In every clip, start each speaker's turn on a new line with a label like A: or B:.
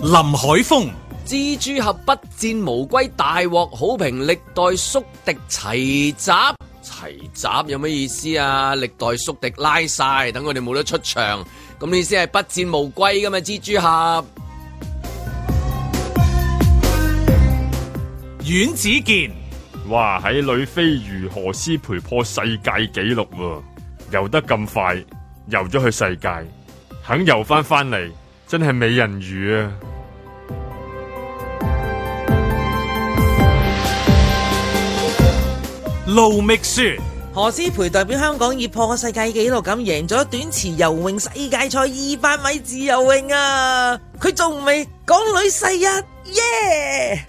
A: 林海峰、
B: 蜘蛛俠不戰無歸，大獲好評，歷代宿敵齊集。齊集有咩意思啊？歷代宿敵拉晒，等佢哋冇得出場，咁你先係不戰無歸噶嘛？蜘蛛俠
A: 阮子健、
C: 哇！喺女飛魚何詩蓓破世界紀錄喎、游得咁快，游咗去世界，肯游翻翻嚟，真係美人魚啊！
A: 盧覓雪、
D: 何詩蓓代表香港以破世界紀錄咁贏咗短池游泳世界賽二百米自由泳啊！佢仲未港女世一，耶、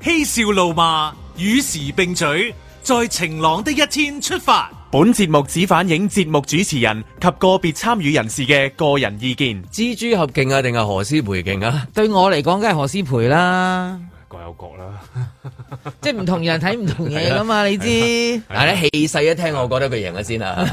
A: 嬉笑怒罵，與時並舉，在晴朗的一天出發。
E: 本節目只反映節目主持人及個別參與人士嘅個人意見。
B: 蜘蛛俠勁啊，定係何詩蓓勁啊？
D: 對我嚟講，梗係何 詩蓓啦，
C: 各有各啦，
D: 即係唔同人睇唔同嘢噶嘛，你知。
B: 但係咧氣勢一聽，我覺得佢贏咗 先啊！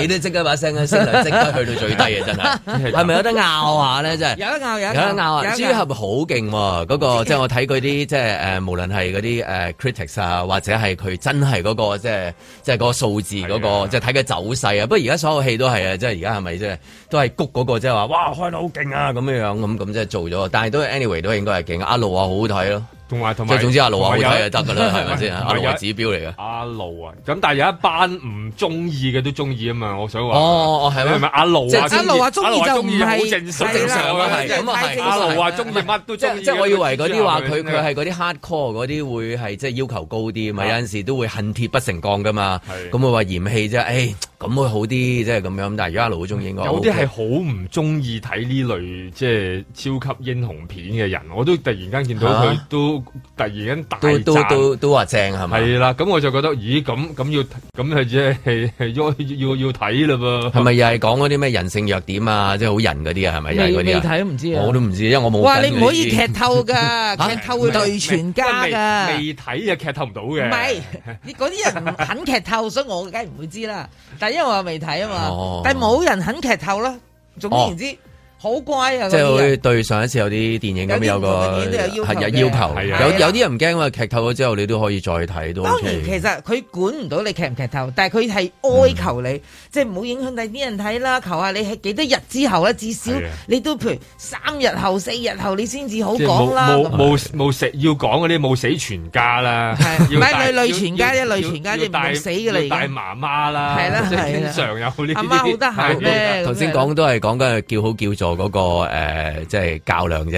B: 你都即刻把聲一聲啊，即刻去到最低啊！真 係，係咪有得拗下咧？真係。
D: 有得拗，有
B: 有
D: 得
B: 得拗啊！蜘蛛
D: 有得
B: 俠好勁喎，嗰個即係我睇嗰啲即係誒，無論係嗰啲誒 critics 啊，或者係佢真係嗰個即係即係嗰個數字嗰
C: 係
B: 個，
C: 啊
B: 即係睇佢走勢啊。不過而家所有戲都係啊，即係而家係咪即係都係谷嗰個即係話哇開得好勁啊咁樣樣咁咁即係做咗，但係都 anyway 都應該係勁。阿路啊好好睇咯，
C: 同埋同
B: 即
C: 埋，
B: 係總之阿路啊好
C: 同埋有
B: 睇就得㗎啦，係咪先？阿
C: 同埋
B: 路
C: 有
B: 係指標嚟嘅。
C: 阿路啊，咁但係有一班唔中意嘅都中意啊嘛，我想話。
B: 哦哦係
C: 你
B: 咩
C: 係咪阿路
B: 即係
C: 啊？
B: 阿
D: 路啊鍾意
C: 阿路
D: 就唔係
C: 好正常，
B: 好正常啊係咁啊係
C: 阿路啊，中意乜都
B: 即
C: 中意嘅。啊
B: 即係我以為嗰啲話
C: 都知
B: 佢
C: 道
B: 佢係嗰啲 hardcore 嗰啲會係即係要求高啲
D: 啊
B: 嘛，有陣時都會恨鐵不成鋼噶嘛。
C: 係
B: 咁我話嫌棄啫，誒咁會好啲，即係咁樣。但係而家一路好中意應該
C: 有啲
B: 啊 OK
C: 係好唔中意睇呢類即係超級英雄片嘅人，我都突然間見到佢
B: 啊
C: 都突然間大
B: 都都
C: 讚。
B: 都都話正係咪？
D: 啊
C: 係啦，咁我就覺得，咦，咁咁要咁係即係係要要要睇啦
B: 係
C: 噃。
B: 咪又係講嗰啲咩人性弱點啊，即係好人嗰啲啊？係咪又係
D: 未
B: 嗰
D: 未
B: 啲啊？
D: 睇唔知啊。
B: 我都唔知，因為我冇。
D: 哇！你唔可以劇透噶，
B: 嚇
D: 劇透會對全家噶。
C: 未未睇就劇透唔到
D: 唔
C: 嘅。
D: 係，你嗰啲人唔肯劇透，所以我梗係唔會知啦。但因為我未睇啊
B: 哦
D: 嘛，但係冇人肯劇透啦。總
B: 哦
D: 言之，好乖啊！
B: 即
D: 嗰
B: 係
D: 啲人
B: 會對上一次有啲電影咁
D: 有啲
B: 有
D: 唔
B: 個
D: 同嘅電影都有要求
B: 係
D: 嘅
B: 有求，
C: 係啊
B: 有有啲人唔驚話劇透咗之後你都可以再睇都
D: 當
B: OK。
D: 然，其實佢管唔到你劇唔劇透，但係佢係哀求
B: 嗯
D: 你，即係唔好影響第啲人睇啦。求下你係幾多日之後咧，至少
C: 係啊
D: 你都譬如三日後、四日後你先至好
C: 即係冇
D: 講啦。
C: 冇
D: 咁
C: 冇冇食要講嗰啲冇死全家啦，
D: 係
C: 要
D: 唔係
C: 帶
D: 女女全家
C: 要
D: 啫女
C: 要
D: 全家
C: 要
D: 啫唔
C: 帶
D: 會死㗎啦
C: 要
D: 而家
C: 帶媽媽啦，
D: 係啦
C: 即係
D: 係
C: 經
D: 啦
C: 常有呢啲。
D: 阿媽好得閒咩？
B: 頭先講都係講緊叫好叫座嗰、個、呃、即係較量啫，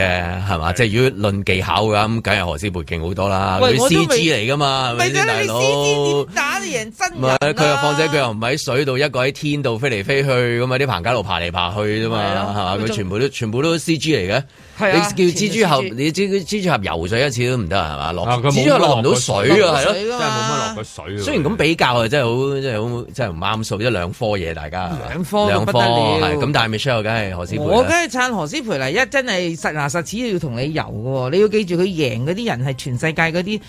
B: 係嘛？即係如果論技巧嘅咁，梗係何詩蓓勁好多啦。佢
D: 喂我都
B: C
D: 未
B: G 嚟噶嘛，係咪
D: 咪就
B: 先
D: 係
B: 大
D: 你
B: 佬？
D: 獅子點打你贏真
B: 唔
D: 人啊啦
B: 係佢又放者佢啊又唔喺水度，一個喺天度飛嚟飛去咁啊！啲彭家路爬嚟爬去啫嘛，
D: 係
B: 係
D: 咯
B: 嘛？
D: 佢
B: 佢
D: 仲
B: 全部都全部都 C G 嚟嘅。
D: 係啊
B: 你叫蜘蛛
D: 全
B: 俠，
D: 部 CG
B: 你知蜘蛛俠游水一次都唔得係嘛？落
C: 啊佢冇
B: 蜘蛛俠落唔到水啊，
D: 落
B: 係
D: 水
B: 咯
D: 㗎。
C: 真係冇乜落過水喎。
B: 雖然咁比較啊，真係好，真係好，真係唔啱數，一兩科嘢大家
D: 兩科都
B: 兩科
D: 不得了
B: 係咁，但係 Michelle 梗係何師
D: 我
B: 傅
D: 梗係撐何詩蓓嚟，一真係實牙實齒要同你遊嘅喎，你要記住佢贏嗰啲人係全世界嗰啲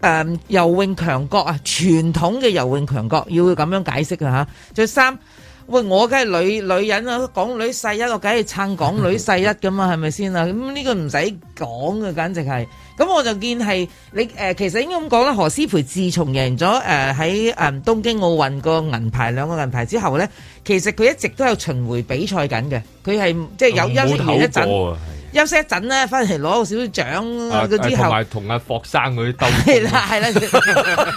D: 誒游泳強國啊，傳統嘅游泳強國，要咁樣解釋嘅嚇。再三，喂，我梗係女女人啦，港女世一，我梗係撐港女世一噶嘛，係咪先啊？咁呢個唔使講嘅，簡直係。咁我就見係你誒、呃其實應該咁講啦。何詩蓓自從贏咗誒喺誒東京奧運個銀牌兩個銀牌之後咧，其實佢一直都有巡迴比賽緊嘅。佢係即係有休息完一
C: 嗯冇唞
D: 陣，
C: 過啊
D: 休息一陣咧，翻嚟攞個少少獎
C: 啊
D: 啊嗰之
C: 同
D: 後。
C: 埋同阿霍生嗰啲兜，
D: 係啦， 係啦，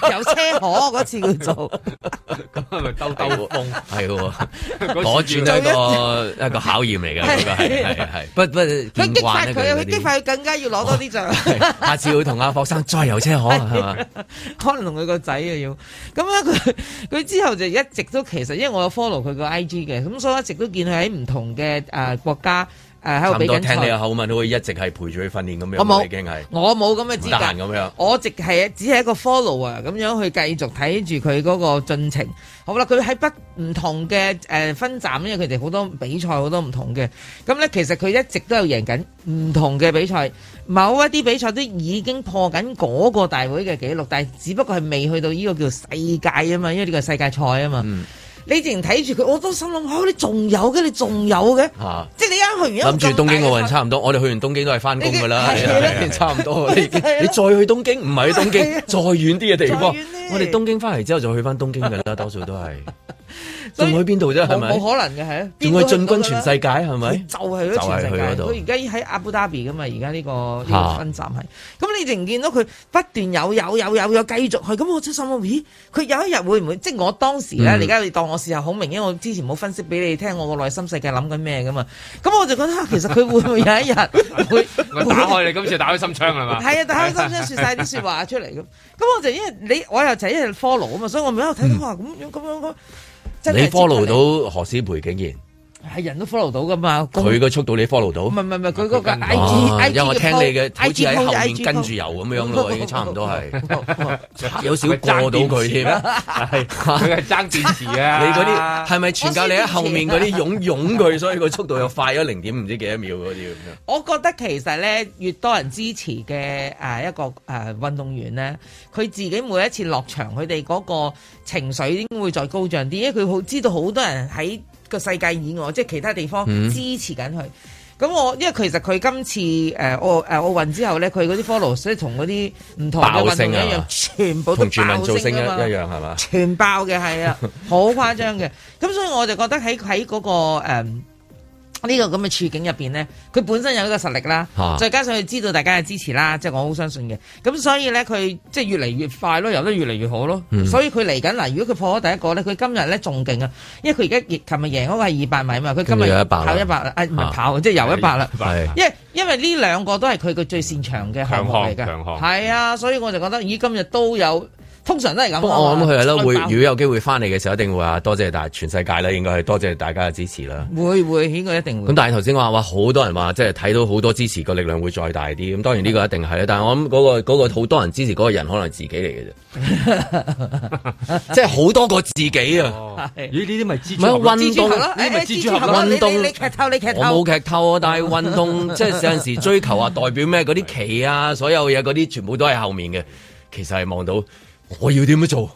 D: 有車河嗰次叫做，
C: 咁啊咪兜兜風。
B: 係啊喎，
C: 嗰
B: 嗰
C: 次
B: 轉都係一個一個考驗嚟㗎，嗰個係係係，不不
D: 佢
B: 見
D: 激
C: 啊
D: 發
B: 慣
D: 佢，
B: 咧
D: 佢
B: 佢
D: 激
B: 嗰啲。
D: 發佢更加要攞多啲獎。
B: 係下次要同阿霍生再遊車河係嘛？
D: 可能同佢個仔啊要，咁咧佢 佢之後就一直都其實，因為我有 follow 佢個 IG 嘅，咁所以我一直都見佢喺唔同嘅誒、呃、國家誒喺
B: 差
D: 度
B: 唔
D: 比
B: 多
D: 緊
B: 聽你嘅啊
D: 賽。
B: 口吻，好似一直係陪住佢訓練咁樣，
D: 我冇
B: 已經係
D: 我冇咁嘅
B: 唔得閒
D: 資格，
B: 咁樣。
D: 我直係只係一個 follow 啊，咁樣去繼續睇住佢嗰個進程。好啦，佢喺不唔同嘅誒、呃分站，因為佢哋好多比賽好多唔同嘅，咁咧其實佢一直都有贏緊唔同嘅比賽，某一啲比賽都已經破緊嗰個
B: 嗯
D: 大會嘅紀錄，但係只不過係未去到呢個叫世界啊嘛，因為呢個係世界賽啊嘛。你直情睇住佢，我都心諗，嚇你仲有嘅，你仲有嘅，
B: 啊
D: 即係你啱去完
B: 諗
D: 一
B: 住
D: 個咁
B: 東京奧運
D: 大嘅
B: 差唔多，我哋去完東京都係翻工噶啦，
D: 已經
B: 係啊
D: 係啦
B: 已經差唔多啦。
D: 係啦啊
B: 你已經你再去東京，唔係去東京
D: 係啊，
B: 再遠啲嘅地
D: 再
B: 方
D: 遠啲，
B: 我哋東京翻嚟之後就去翻東京噶啦，多數都係。
D: 所
B: 仲
D: 以
B: 去邊度啫？係
D: 冇
B: 咪？
D: 冇可能嘅係啊，
B: 仲去進軍全世
D: 界
B: 界係咪？
D: 就係咯，全世
B: 就係去嗰
D: 界。
B: 度
D: 佢而家喺阿布達比噶嘛，而家呢個呢
B: 嚇
D: 個分站係。咁你淨見到佢不斷有有有有有繼續去，咁我真心諗，咦？佢有一日會唔會？即係我當時咧，
B: 嗯
D: 你而家你當我事後好明，因為我之前冇分析俾你聽，我個內心世界諗緊咩噶嘛。咁我就覺得 啊其實佢會唔會有一日會
C: 我打開你今次打開心窗係嘛？
D: 係啊，但係開心先説晒啲説話出嚟咁。咁我就因為你，我又就因為 follow 啊嘛，所以我咪喺度睇到哇，咁樣咁樣咁。 真係
B: 嗯你
D: 接得嚟
B: follow 到何詩培竟然，
D: 係人都 follow 到噶嘛？公
B: 佢個速度你 follow 到
D: 唔？係唔係唔係，佢嗰個
C: 佢跟
D: I
B: 哦
D: G 啊 I G
B: 因為我聽你嘅，好似喺後面
D: IG
B: 跟住遊咁樣 咯，已經差唔多係有少
C: 佢爭
B: 過到佢添。啊
C: 佢係爭電池啊！
B: 你嗰啲係咪全靠你喺後面嗰啲 擁擁佢，所以個速度又快咗零點唔知幾多秒嗰啲咁樣？
D: 我覺得其實咧，越多人支持嘅誒一個誒、呃、運動員咧，佢自己每一次落場，佢哋嗰個情緒應該會再高漲啲，因為佢好知道好多人喺個世界以外，即係其他地方
B: 嗯
D: 支持緊佢。咁我因為其實佢今次誒奧誒奧運之後咧，佢嗰啲 follow 所以同嗰啲唔同嘅運動員一
B: 爆升
D: 樣
B: 啊，
D: 全部都
B: 同全民
D: 爆
B: 造星啊一
D: 升㗎嘛。
B: 一樣係嘛？
D: 全爆嘅係啊，好誇張嘅。咁所以我就覺得喺喺嗰個誒呢、個咁嘅處境入邊咧，佢本身有呢個實力啦，
B: 啊
D: 再加上佢知道大家嘅支持啦，即係我好相信嘅。咁所以咧，佢即係越嚟越快咯，游得越嚟越好咯。所以佢嚟緊嗱，如果佢破咗第一個咧，佢今日咧仲勁啊，因為佢而家亦琴日贏嗰個係二百米嘛，佢今
B: 今日有100
D: 日
B: 啦
D: 跑一百啦，啊唔
B: 啊
D: 係跑，即係游一百啦。
B: 係
D: 因為因為呢兩個都係佢嘅最擅長嘅項目嚟㗎，
F: 強項強項
D: 係啊，所以我就覺得，咦，今日都有，通常都係咁啊嘛。
B: 不過我諗佢係啦，會如
D: 再
B: 果有機會翻嚟嘅時候，一定會話多謝大全世界啦，應該係多謝大家嘅支持啦。
D: 爆會會應該一定會
B: 咁。但係頭先話話好多人話，即係睇到好多支持個力量會再大啲。咁當然呢個一定係 啦，但係我諗嗰、個嗰、個好多人支持嗰個人，可能係自己嚟嘅啫，即係好多個自己啊！
D: 係
C: 咦？呢啲咪蜘
B: 唔係
C: 蛛俠
B: 運動
D: 咯，
C: 呢啲咪
D: 誒
C: 蜘蛛俠
B: 咯
D: 你你
B: 運動
D: 你劇透你劇
B: 我
D: 透
B: 冇，劇透啊，但係運 動即係有陣時追求啊，代表咩嗰啲旗
D: 嗯
B: 啊，所有嘢嗰啲全部都係後面嘅。其實係望到我要點樣做，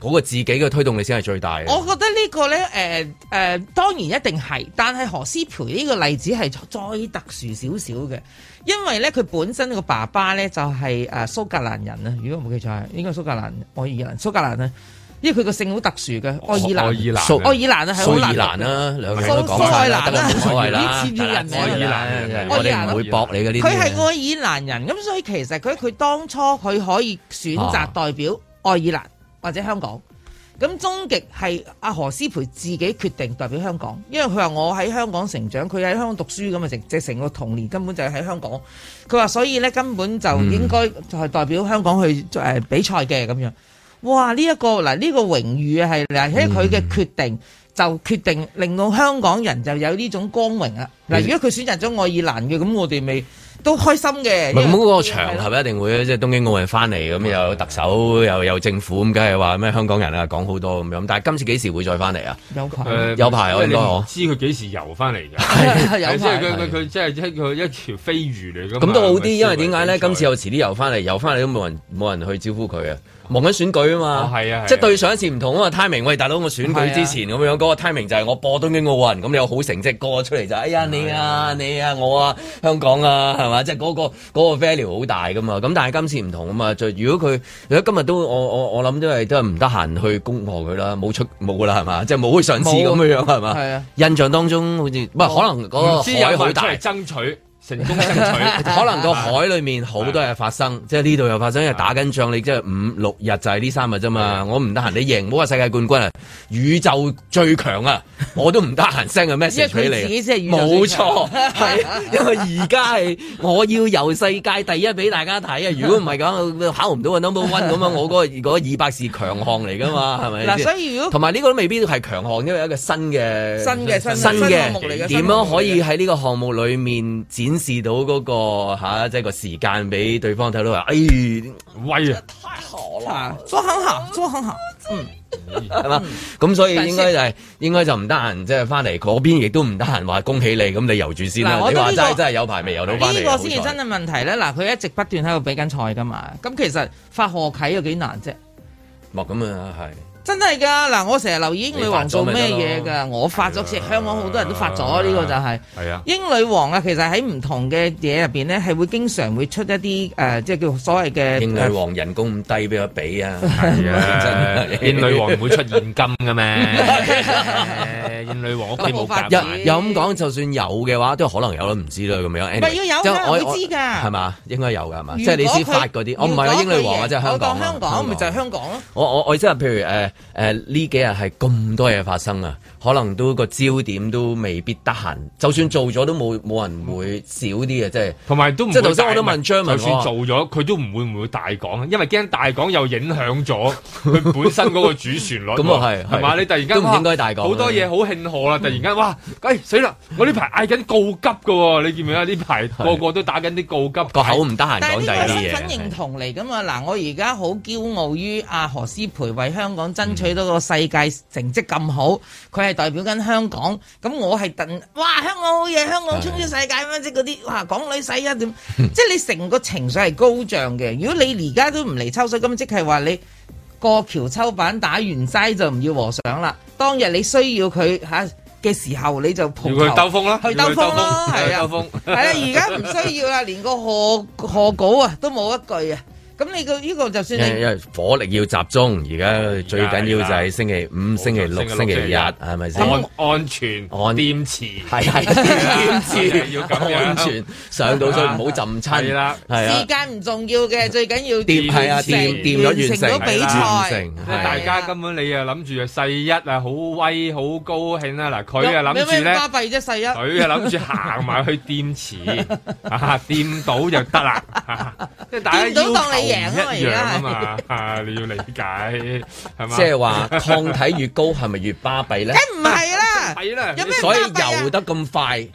B: 嗰、個自己嘅推動力先係最大嘅。
D: 我覺得呢個咧誒誒，當然一定係，但係何詩蓓呢個例子係再特殊少少嘅，因為咧佢本身個爸爸咧就係誒蘇格蘭人啊，如果我冇記錯係應該係蘇格蘭愛爾蘭蘇格蘭啊，因為佢個姓好特殊嘅愛
C: 愛
D: 爾
C: 爾
D: 蘭
C: 蘭啊
B: 蘇
D: 愛爾蘭啊
B: 蘇
D: 係好
B: 爾蘭
D: 難讀嘅。
B: 啦，兩個人都講晒啦，得啦，冇所謂 啦。係啦
D: 蘇蘇愛爾蘭啊啦
F: 呢啲似唔似人名
B: 我哋唔會駁你嘅呢啲
D: 佢係
B: 嘢。
D: 愛爾蘭人，咁所以其實佢佢當初佢可以選
B: 啊
D: 擇代表愛爾蘭或者香港，咁終極係阿何詩蓓自己決定代表香港，因為佢話我喺香港成長，佢喺香港讀書咁啊，成即係成個童年根本就係喺香港。佢話所以咧根本就
B: 嗯
D: 應該就係代表香港去誒、呃比賽嘅咁樣。哇！呢、一個嗱，呢、個榮譽啊係嗱喺佢
B: 嗯
D: 嘅決定。就決定令到香港人就有呢種光榮啦。嗱，如果佢選擇咗愛爾蘭嘅，咁我哋咪都開心嘅。
B: 唔係咁
D: 因為
B: 嗰個場合一定會即係東京奧運翻嚟咁，又有特首又有政府咁，梗係話咩香港人啊講好多咁樣。但係今次幾時會再翻嚟啊？
D: 有排
C: 誒
B: 有排我應該啊
F: 你
B: 我
F: 唔知佢幾時游翻 嚟㗎？
D: 有
C: 係即係
D: 排
C: 佢佢佢即係一個一條飛魚嚟㗎嘛。
B: 咁都好啲，
C: 咪
B: 因為點解咧？今次
C: 有
B: 又遲啲遊翻嚟，遊翻嚟都冇人冇人去招呼佢啊！忙緊選舉啊
C: 哦
B: 嘛，
C: 係啊係啊
B: 即係對上一次唔同啊嘛 timing。喂，大佬，我選舉
D: 係啊
B: 之前咁樣嗰個 timing 就係我播東京奧運，咁你有好成績個出嚟就，哎呀你啊你啊我啊香港啊係嘛，即係嗰個嗰個 value 好大噶嘛。咁但係今次唔同啊嘛，就如果佢如果今日都我我我諗都係都係唔得閒去恭賀佢啦，冇出冇啦係嘛，即係冇上次
D: 冇
B: 咁樣樣係嘛。
D: 係啊
B: 印象當中好似唔係可能嗰個
C: 唔知有
B: 海
C: 冇
B: 好
C: 人出
B: 大
C: 嚟。爭取成功爭取？
B: 可能個海裏面好多嘢發生，即係呢度又發生，因為打緊仗，你即係五六日就係呢三日啫嘛。我唔得閒，你贏唔好話世界冠軍啊， 宇宙最強啊，我都唔得閒 send 個 message 俾
D: 因為佢自己
B: 你
D: 先係宇
B: 啊。
D: 宙
B: 冇
D: 最
B: 錯
D: 強，
B: 係因為而家係我要由世界第一俾大家睇啊！如果唔係咁，考唔到個 number one 咁啊，我嗰個二百是強項嚟噶嘛，係咪先？
D: 嗱，所以如果
B: 同埋呢個都未必係強項，因為有一個新嘅
D: 新嘅新嘅
B: 新
D: 新項目嚟
B: 嘅
D: 嘅
B: 點
D: 新項
B: 樣
D: 目嚟嘅
B: 可以喺呢個項目裡面展示到嗰、個嚇、
D: 嗯
B: 即係個時間俾對方睇到話，哎，
F: 威啊！
D: 啊，做很好，做很好，
B: 係
D: 嗯
B: 嘛？咁所以應該就係、應該就唔得閒，即係翻嚟嗰邊亦都唔得閒話恭喜你，咁你遊住先啦
D: 嗱。我
B: 你
D: 覺得
B: 話
D: 呢
B: 真係
D: 個
B: 真係有排未遊到翻嚟，
D: 呢個先至
B: 好彩
D: 真係問題咧。嗱，佢一直不斷喺度比緊賽噶嘛，咁其實發何啟有幾難啫？
B: 莫咁啊，係。
D: 真係㗎嗱，我成日留意英女王做咩嘢
C: 你
D: 㗎，我發咗
C: 係
D: 先
C: 啊，
D: 香港好多人都發咗呢個就係、
C: 係啊，
D: 英女王啊，其實喺唔同嘅嘢入邊咧，係會經常會出一啲誒、呃即係叫所謂嘅
B: 英女王人工咁低，俾我俾啊！
C: 係啊
B: 真，係
C: 燕女王唔會出現金 嘅咩？誒燕女王屋企冇夾埋
B: 有
D: 咁我發
B: 有咁講，就算有嘅話，都可能有啦，唔知啦咁樣。
D: 係要有㗎
B: 即係我
D: 會知㗎
B: 係嘛？應該有㗎係嘛？即係
D: 呃如果佢
B: 你先發嗰啲，我唔係話英女王啊，
D: 如果佢
B: 即係香港啊。
D: 我講香港咪就係香港咯。
B: 我我我即係譬如誒誒呢幾日係咁多嘢發生啊，可能都個焦點都未必得閒，就算做咗都冇冇人會少啲嘅，即係
C: 同埋都唔會
B: 即係頭先我都
C: 大
B: 問張文
C: 就算
B: 我話
C: 做咗，佢都唔會唔會大講，因為驚大講又影響咗 佢本身嗰個主旋律喎。
B: 咁啊係
C: 係嘛？
B: 係
C: 你突然間
B: 都唔
C: 哇
B: 應該大講
C: 好多嘢好慶賀啦！突然間哇，哎死啦！我呢排嗌緊告急㗎喎，你見唔見啊？呢排個個都打緊啲告急
B: 個口唔得閒
D: 但係
B: 講
D: 呢
B: 第
D: 個
B: 二
D: 係
B: 啲
D: 身份認
B: 嘢。
D: 同嚟㗎嘛？嗱，我而家好驕傲於阿何詩蓓為香港爭取到個世界成績咁好，佢係代表緊香港。咁我係鄧，哇！香港好嘢，香港衝出世界咩？即係嗰啲哇，港女使啊點？即係你成個情緒係高漲嘅。如果你而家都唔嚟抽水，咁即係話你。過橋抽板打完齋就唔要和尚啦。當日你需要佢嚇嘅時候，你就蒲
C: 要
D: 頭
C: 佢兜風啦，
D: 去兜風咯，
C: 要
D: 係
C: 佢
D: 啊
C: 兜，風。
D: 係啊，而家唔需要啦，連個賀賀稿啊都冇一句啊。咁你個呢個就算
B: 因為因
D: 你
B: 為火力要集中，而家最緊要就係星期五、星期六、星期日，係咪先？
C: 安安全，
B: 安
C: 掂池，
B: 係係 堅
C: 係啊要咁 樣
B: 安全上 到水唔好浸親，
C: 係啦
B: 係啊
D: 時，間唔重要嘅，最緊要
B: 掂係啊
D: 完成
B: 掂掂咗完成
D: 完成咗比
B: 完
D: 賽
B: 成，
C: 即係大家根本你啊諗住啊世一啊好威好高興啦，嗱佢啊諗
D: 有咩
C: 住咧。
D: 巴閉啫，細一
C: 佢啊諗住行埋去掂 池，啊掂到就得啦，啊即係大家
D: 掂到
C: 要求
D: 當你贏啊
C: 唔
D: 嘛
C: 一樣啊嘛，啊你要理解係嘛？
B: 即係話抗體越高係咪越巴閉 咧？
D: 梗唔係啦，
C: 係啦，
D: 有咩
B: 所以
D: 巴閉啊
B: 游得咁快
D: 有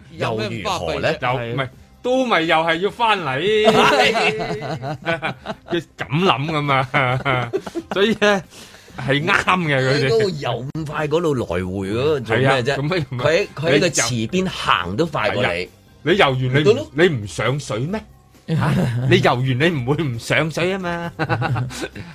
B: 又
D: 咩
B: 如何咧？
C: 又唔係都咪又係要翻 嚟，佢咁諗噶嘛，所以咧係啱嘅佢
B: 佢嗰
C: 哋
B: 個游咁快嗰度來回嗰個做
C: 係啊
B: 咩，啫？
C: 咁咪
B: 佢喺
C: 你
B: 佢喺個
C: 游啊
B: 池邊行都快過你，
C: 你游完你
B: 咪得咯
C: 唔你唔上水 咩？嚇你游完你唔會唔上水啊 嘛，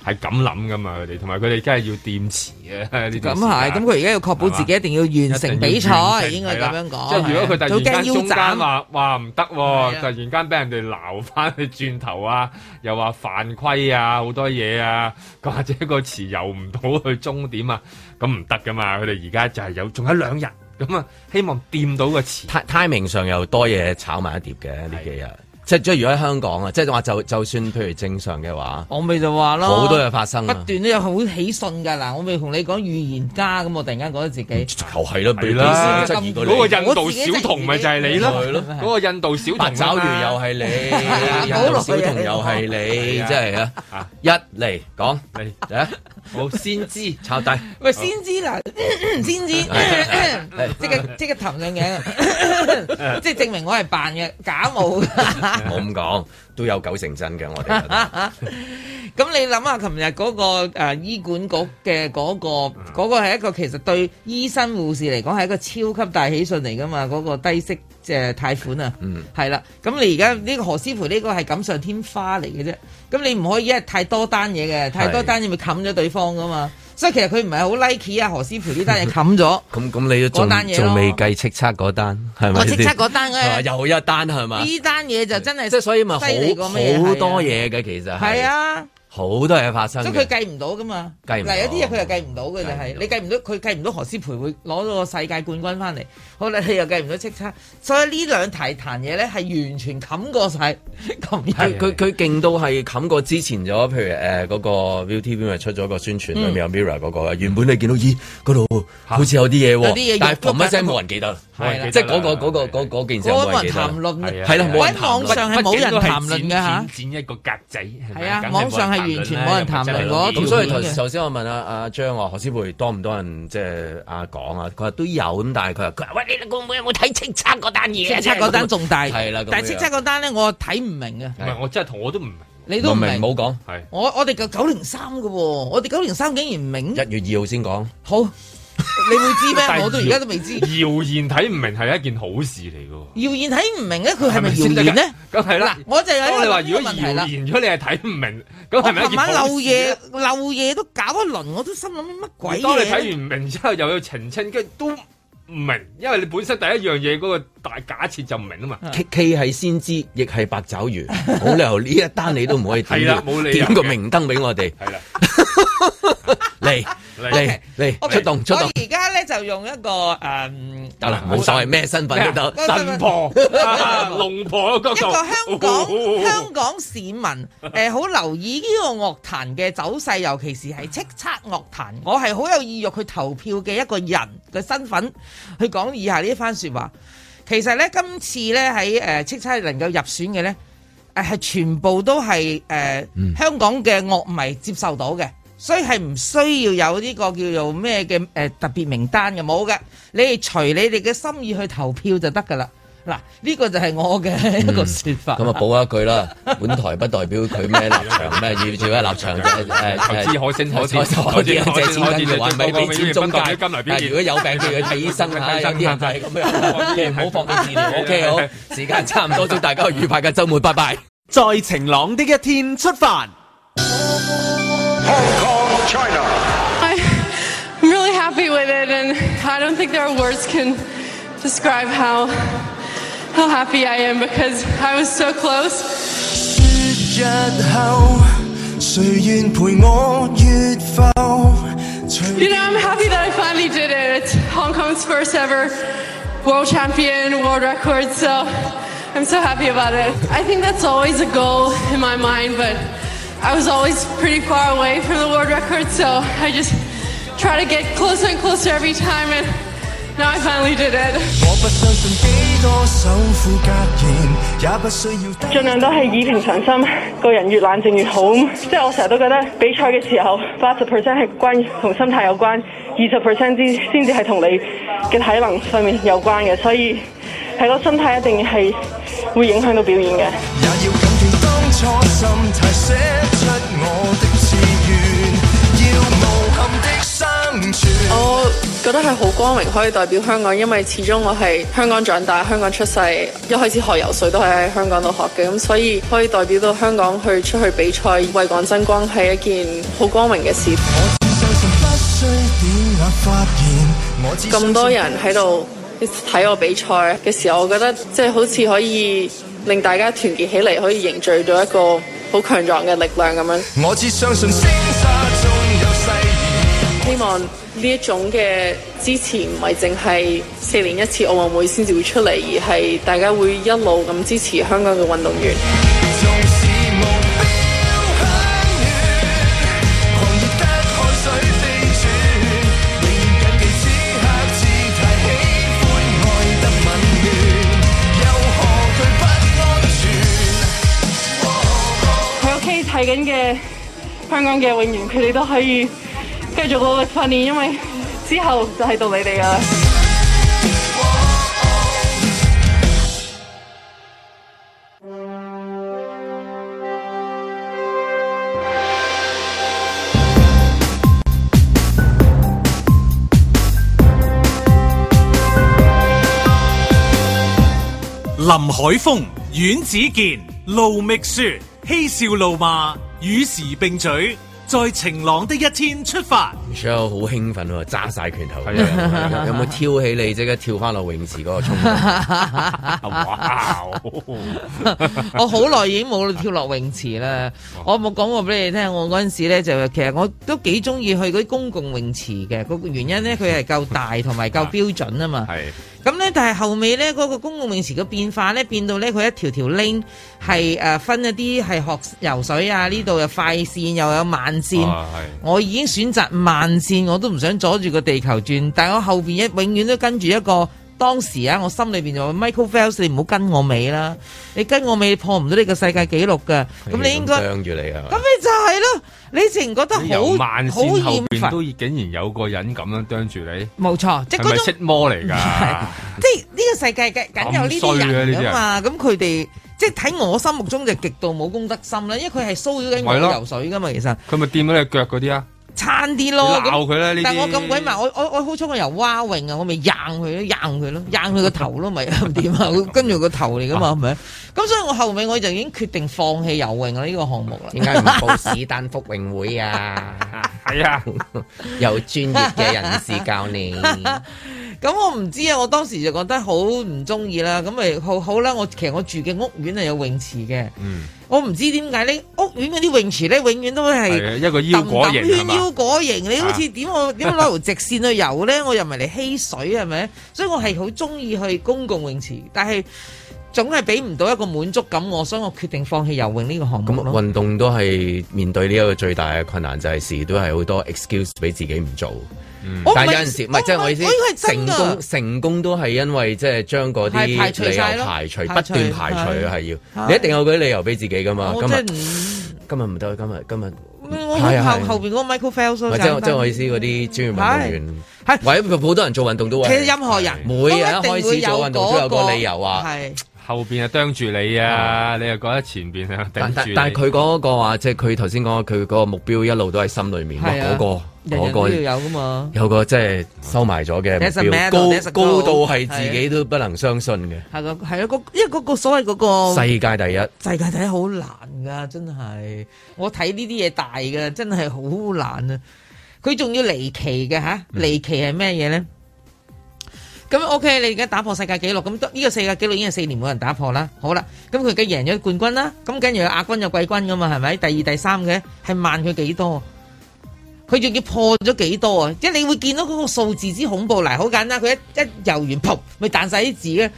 C: 係咁諗噶嘛佢哋，同埋佢哋梗係要掂池啊呢啲時間
D: 咁係，咁佢而家要確保自己一定要完成比賽，應該咁樣講。
C: 即係如果佢突然間中間
D: 斬，
C: 話話唔得
D: 係啊
C: 喎，突然間俾人哋鬧翻去轉頭啊，又話犯規啊，好多嘢啊，或者個池游唔到去終點啊，咁唔得噶嘛。佢哋而家就係有仲有兩日咁啊，希望掂到個池。
B: ti- timing 上又多嘢炒埋一碟嘅呢幾日。即係即係如果喺香港啊，即係話就就算譬如正常嘅話，
D: 我咪就話咯，
B: 好多嘢發生
D: 不
B: 啊，
D: 斷都有好喜訊㗎嗱，我咪同你講預言家咁，我突然間覺得自己
B: 就係啦，俾
C: 係啦
B: 啦，質疑過
C: 嗰
B: 你
C: 個印度小童咪就係你咯，
B: 係咯
C: 嗰個印度小童啊
B: 八
C: 嘛
B: 爪魚又係 你，印度
D: 啊
B: 小童又係你，
C: 好耐啊
B: 真係啊！一嚟講
C: 嚟
B: 第一
C: 冇先知。
B: 抄 低，
D: 喂，先知嗱，先知， 即刻即刻氹上頸，即係證明我係扮嘅假冒 㗎。
B: 冇咁講，都有九成真嘅我哋覺 得。
D: 咁你諗下，琴日嗰個誒醫管局嘅嗰個嗰個係一個其實對醫生護士嚟講係一個超級大喜訊嚟噶嘛，嗰個低息誒貸款啊，係啦。咁你而家呢個何師傅呢個係錦上添花嚟嘅啫。咁你唔可以一日太多單嘢嘅，太多單嘢咪冚咗對方噶嘛。所以其實佢唔係好 like 啊何師傅呢單嘢冚咗。
B: 咁咁你都仲
D: 嗰單嘢咯
B: 仲未計叱咤嗰單係咪
D: 我即
B: 先？
D: 刻 嗰單
B: 係嘛
D: 嘅
B: 又一單係嘛？
D: 呢單嘢就真係
B: 即係所以咪好
D: 犀利過咩啊
B: 好多。嘢嘅其實
D: 係，啊，
B: 好多嘢發生
D: 所以佢
B: 嘅。
D: 計唔到噶嘛。
B: 計唔到
D: 嗱，有啲嘢佢又計唔到嘅
B: 計
D: 就
B: 唔
D: 係
B: 到
D: 你計唔到，佢計唔到何詩蓓會攞到個世界冠軍翻嚟。好啦，你又計唔到叱咤，所以呢兩題壇嘢咧係完全冚過晒。 咁
B: 佢
D: 樣。
B: 佢佢勁到係冚過之前咗，譬如誒嗰個 ViuTV 咪出咗個宣傳裏面有 Mirror 嗰個，原本你見到咦嗰度好似有啲嘢
D: 有啲
B: 喎，
D: 嘢
B: 但係
D: 喐
B: 砰一聲冇人記得啦，
C: 係啦
B: 即係嗰個嗰個嗰嗰件事
D: 嗰個
B: 冇人
D: 冇人
B: 記得
D: 談
B: 啦。
D: 論
C: 係
D: 嘅，
C: 啊
B: 係啦，冇人
D: 喺
B: 談
D: 網
B: 論。
D: 上係冇人談
C: 畢。竟
D: 論㗎嚇
C: 都係剪剪一個格仔，係咪
D: 係啊
C: 梗
D: 網上係完全冇人談論嗰
B: 咁所以
D: 條
B: 頭
D: 片嘅
B: 頭先我問阿阿張話何師妹多唔多人即係啊講啊，佢話都有咁，但係佢話佢話喂你會唔會有冇睇叱咤嗰單嘢啊？
D: 叱咤嗰單仲大，
B: 係啦咁樣
D: 但係叱咤嗰單咧我睇唔明啊，
C: 唔係我真係同我都唔明，
D: 你
B: 我
D: 都唔
B: 明
D: 明。
B: 冇講，
C: 係
D: 我我哋個九零三嘅喎，我哋九零三竟然唔明，
B: 一月二號先講。
D: 好。你會 知
C: 但
D: 咩？
C: 係
D: 我到而家都未知。
C: 謠言睇唔明係一件好事嚟嘅喎。
D: 謠言睇唔明咧，佢係咪
C: 係咪
D: 謠言咧？
C: 咁係啦，
D: 我就有
C: 當你話
D: 呢
C: 如
D: 個
C: 果
D: 問題啦
C: 謠。言咗，你係睇唔明，咁
D: 我
C: 係咪一
D: 琴
C: 件
D: 晚
C: 好
D: 漏
C: 事
D: 夜
C: 咧？
D: 漏夜都搞一輪，我都心諗乜鬼
C: 當你睇
D: 嘢？
C: 完明之後，又要澄清，跟住都唔明，因為你本身第一樣嘢嗰個大假設就唔明啊嘛。
G: K K 係先知，亦係八爪魚，冇理由呢一單你都唔可以點
C: 係啦冇理由
G: 點個
C: 嘅
G: 明燈俾我哋
C: 係啦，
G: 嚟
C: 嚟
G: 嚟嚟
D: OK，
G: 出動出動
D: 我，而家咧就用一個 誒
G: 得啦，冇所謂咩身
C: Vâng,
G: 份都得。
C: 神婆、啊龍婆嗰
D: 一個香 港
C: 度，
D: 香港市民誒好留意呢個樂壇嘅走勢，尤其是係叱咤樂壇，我係好有意欲去投票嘅一個人嘅身份去講以下呢一番説話。其實咧，今次咧喺呃誒叱咤能夠入選嘅咧，誒係全部都係誒、呃香港嘅樂迷接受到嘅，所以係唔需要有呢個叫做咩嘅誒特別名單嘅，冇嘅，你哋隨你哋嘅心意去投票就得噶啦。嗱，呢個就係我嘅一個説法。
G: 咁啊，補一句啦，本台不代表佢咩立場咩，要住咩立場嘅誒
B: Ờ,
C: 投資可升可跌，
G: 我就可以借錢跟住話咪俾錢中介，
C: 今嚟
G: 啊
C: 邊
G: 如果有病叫佢睇醫生嚇，有啲人就係咁樣，你唔好放棄治療。OK，好，時間差唔多，祝大家有愉快嘅週末，拜拜。
E: 在晴朗的一天出發。
H: I'm really happy with it, and I don't think there are words can describe how how happy I am because I was so close.
F: 日後，誰願陪我越浮？隨
H: You know, I'm happy that I finally did it. It's Hong Kong's first ever world champion, world record. So I'm so happy about it. I think that's always a goal in my mind, but I was always pretty far away from the world record. So I just try to get closer and closer every time, and now I finally did it.
F: 我不相信幾多首富格言，也不需要得。
I: 盡量都係以平常心，個人越冷靜越好。即係我成日都覺得比賽嘅時候，八十 percent 係關於同心態有關，二十 percent 之先至係同你嘅體能上面有關嘅。所以係個心態一定係會影響到表演嘅。
F: 也要感斷當初心態寫出我的志願，要無憾的生存。
I: 我覺得係好光榮可以代表香港，因為始終我係香港長大、香港出世，一開始學游水都係喺香港度學嘅，咁所以可以代表到香港去出去比賽，為港爭光係一件好光榮嘅事。
F: 只相信不需典雅發言，我只相信
I: 咁多人喺度睇我比賽嘅時候，我覺得即係好似可以令大家團結起嚟，可以凝聚到一個好強壯嘅力量咁樣。
F: 我只相信星沙中有誓言。
I: 希望呢一種嘅支持唔係淨係四年一次奧運會先至會出嚟，而係大家會一路咁支持香港嘅運動員。
F: 縱使目標很遠，狂熱得汗水飛轉，仍然謹記此刻姿態，喜歡愛得紊亂，又何懼不
H: 喺
F: 安全？
H: 屋企睇緊嘅香港嘅泳員，佢哋都可以繼續努力訓練，因為之後就係到你哋噶啦。
A: 林海峰、阮子健、路觅雪，嬉笑怒罵，與時並舉，在晴朗的一天出發。
G: Michelle 好興奮喎，揸晒拳頭，
C: 係啊係啊
G: 有冇挑起你即刻跳翻落泳池嗰個衝動？
C: 哇！
D: 我好耐已經冇跳落泳池啦。我冇講過俾你聽，我嗰陣時咧就其實我都幾中意去嗰啲公共泳池嘅。個原因咧，佢係夠大同埋夠標準啊嘛。
C: 係
D: 咁咧，但係後尾咧，嗰、個公共泳池嘅變化咧，變到咧佢一條條 lane 係誒呃分一啲係學游水啊，呢度又快線又有慢線。
C: 啊係。
D: 我已經選擇慢線，我都唔想阻住個地球轉，但係我後邊一永遠都跟住一個當時啊，我心裏邊就話 Michael Phelps，你唔好跟我尾啦，你跟我尾你破唔到呢個世界紀錄㗎，咁你應該咁
G: 啄住你啊！
D: 你就係咯，你自然覺得
C: 由
D: 好
C: 慢
D: 好
C: 線後
D: 厭
C: 邊
D: 煩，
C: 都竟然有個人咁樣啄住你，
D: 冇錯，即係
C: 係
D: 嗰
C: 咪
D: 種
C: 色魔嚟㗎？
D: 即係呢個世界嘅梗有呢啲人噶
C: 啊
D: 嘛，咁佢哋即係睇我心目中就極度冇公德心啦，因為佢係騷擾緊
C: 係
D: 我
C: 咯
D: 游水噶嘛，其實
C: 佢咪掂到你腳嗰啲啊？
D: 撐啲咯。咁
C: 鬧佢啦呢啲
D: 但我咁鬼埋，我我我好彩我游蛙泳啊，我咪掟佢咯，掟佢咯，掟佢個頭咯，咪 點啊？跟住個頭嚟噶
C: 啊
D: 嘛，係咪？咁所以我後尾我就已經決定放棄游泳啦呢個項目啦。
F: 點解唔報史丹福泳會啊？
C: 係啊，
F: 由專業嘅人士教 你。
D: 咁我唔知啊，我當時就覺得好唔中意啦。咁咪好好啦，我其實我住嘅屋苑係有泳池嘅。
C: 嗯
D: 我唔知點解呢屋苑嗰啲泳池咧，永遠都
C: 係啊
D: 係
C: 一個腰果型係
D: 圈
C: 嘛
D: 腰果型。你好
C: 啊
D: 似點 我點攞條直線去游咧？我又唔係嚟嬉水係咪？所以我係好中意去公共泳池，但係總係俾唔到一個滿足感我，所以我決定放棄游泳呢個項
B: 咁
D: 目咯。
B: 運動都係面對呢一個最大嘅困難，就係時都係好多 excuse 俾自己唔做。
D: 我
B: 但係有陣
D: 係
B: 時，唔係即係我意思
D: 我以為，真
B: 成
D: 㗎
B: 功成功都係因為即係將嗰啲
D: 係排除
B: 理
D: 晒
B: 由
D: 咯
B: 排除，
D: 排除
B: 不斷排除係
D: 係
B: 要，
D: 係
B: 你一定有嗰啲理由俾自己噶嘛。
D: 我
B: 今
D: 真
B: 日
D: 係唔
B: 今日唔得，今日今日
D: 我
B: 係啊
D: 好
B: 係
D: 後後邊嗰個 Michael Phelps
B: 唔係即係
D: 咯簡
B: 即係
D: 單
B: 我意思，嗰啲專業運動員
D: 係
B: 或者好多人做運動都係
D: 其實任何人
B: 每日一
D: 都一
B: 開
D: 定會
B: 始
D: 有
B: 做運動都有個理由啊。
D: 係
C: 後邊啊啄住你啊，你又覺得前邊啊頂
B: 但
C: 住
B: 但
C: 你。
B: 但係佢嗰個話，即係佢頭先講佢嗰個目標一路都喺心裏面。哇！
D: 係
B: 嗰
D: 啊
B: 個
D: 人人
B: 嗰
D: 都
B: 個
D: 要有噶嘛。
B: 有個即係收埋咗嘅目
D: There's a
B: 標，
D: medal,
B: 高
D: there's a
B: 高
D: goal，
B: 到係自己都不能相信嘅。
D: 係咯，係咯，嗰因為嗰個所謂嗰個
B: 世界第一，
D: 世界睇好難噶，真係我睇呢啲嘢大嘅，真係好難啊！佢仲要離奇嘅吓，離奇係咩嘢咧？咁 OK，你而家打破世界紀錄，咁得呢個世界紀錄已經係四年冇人打破啦。好啦，咁佢而家贏咗冠軍啦，咁跟住有亞軍有季軍噶嘛，係咪？第二、第三嘅係慢佢幾多？佢仲要破咗幾多啊？即係你會見到嗰個數字之恐怖嗱，好簡單，佢一一游完噗，咪彈晒啲字嘅。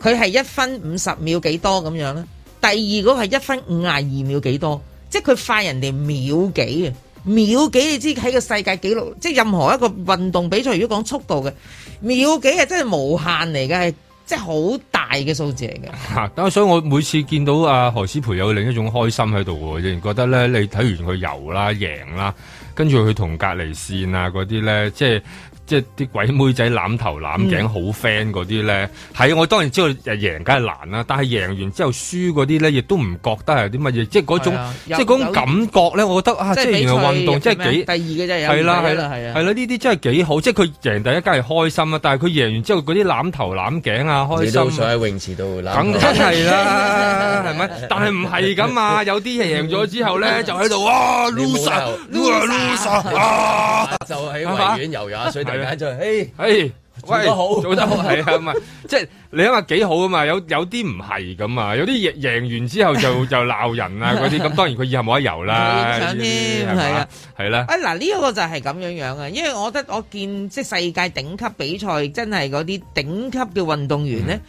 D: 佢係一分五十秒幾多咁樣啦。第二個係一分五廿二秒幾多，即係佢快人哋秒幾啊！秒幾你知喺個世界紀錄，即係任何一個運動比賽，如果講速度嘅秒幾係真係無限嚟嘅，係即係好大嘅數字嚟嘅。
C: 嚇！但係所以我每次見到阿何詩蓓有另一種開心喺度喎，仍然覺得咧，你睇完佢游啦、贏啦，跟住佢同隔離線啊嗰啲咧，即係即係啲鬼妹仔攬頭攬頸好 friend 嗰啲咧，係、我當然知道誒贏梗係難啦，但係贏完之後輸嗰啲咧，亦都唔覺得係啲乜嘢，即係嗰種、
D: 係啊
C: 即
D: 有
C: 係嗰種
D: 有
C: 感覺咧，我覺得啊，即
D: 即
C: 係
D: 係比
C: 原
D: 賽
C: 來運動即係幾
D: 第。二嘅真係有
C: 係啦，係啦，
D: 係
C: 係
D: 啊
C: 啦，。呢啲真係幾好，即係佢贏第一梗係開心啦，但係佢贏完之後嗰啲攬頭攬頸啊，開
B: 你
C: 心
B: 都
C: 啊
B: 想喺泳池度攬
C: 梗
B: 頭
C: 真係 啦，係咪？但係唔係咁啊？有啲嘢贏咗之後咧，就喺度哇
B: 你冇理
C: loser
B: 由
C: loser 啊！
B: 就喺維園游游下水，突然間就誒
C: 誒，
B: 做得好
C: 喂做得好係啊，唔係即係你諗下幾好啊嘛？有有啲唔係咁啊，有啲贏贏完之後就就鬧人啊嗰啲，咁當然佢以後冇得游啦，
D: 冇影相
C: 呢
D: 添
C: 啲
D: 係
C: 嘛
D: 啊，
C: 係啦，
D: 啊嗱，呢一個就係咁樣樣啊，因為我覺得我見即係世界頂級比賽，真係嗰啲頂級嘅運動員
B: 嗯
D: 呢，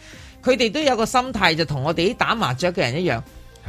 D: 佢哋、都有個心態，就同我哋啲打麻雀嘅人一樣，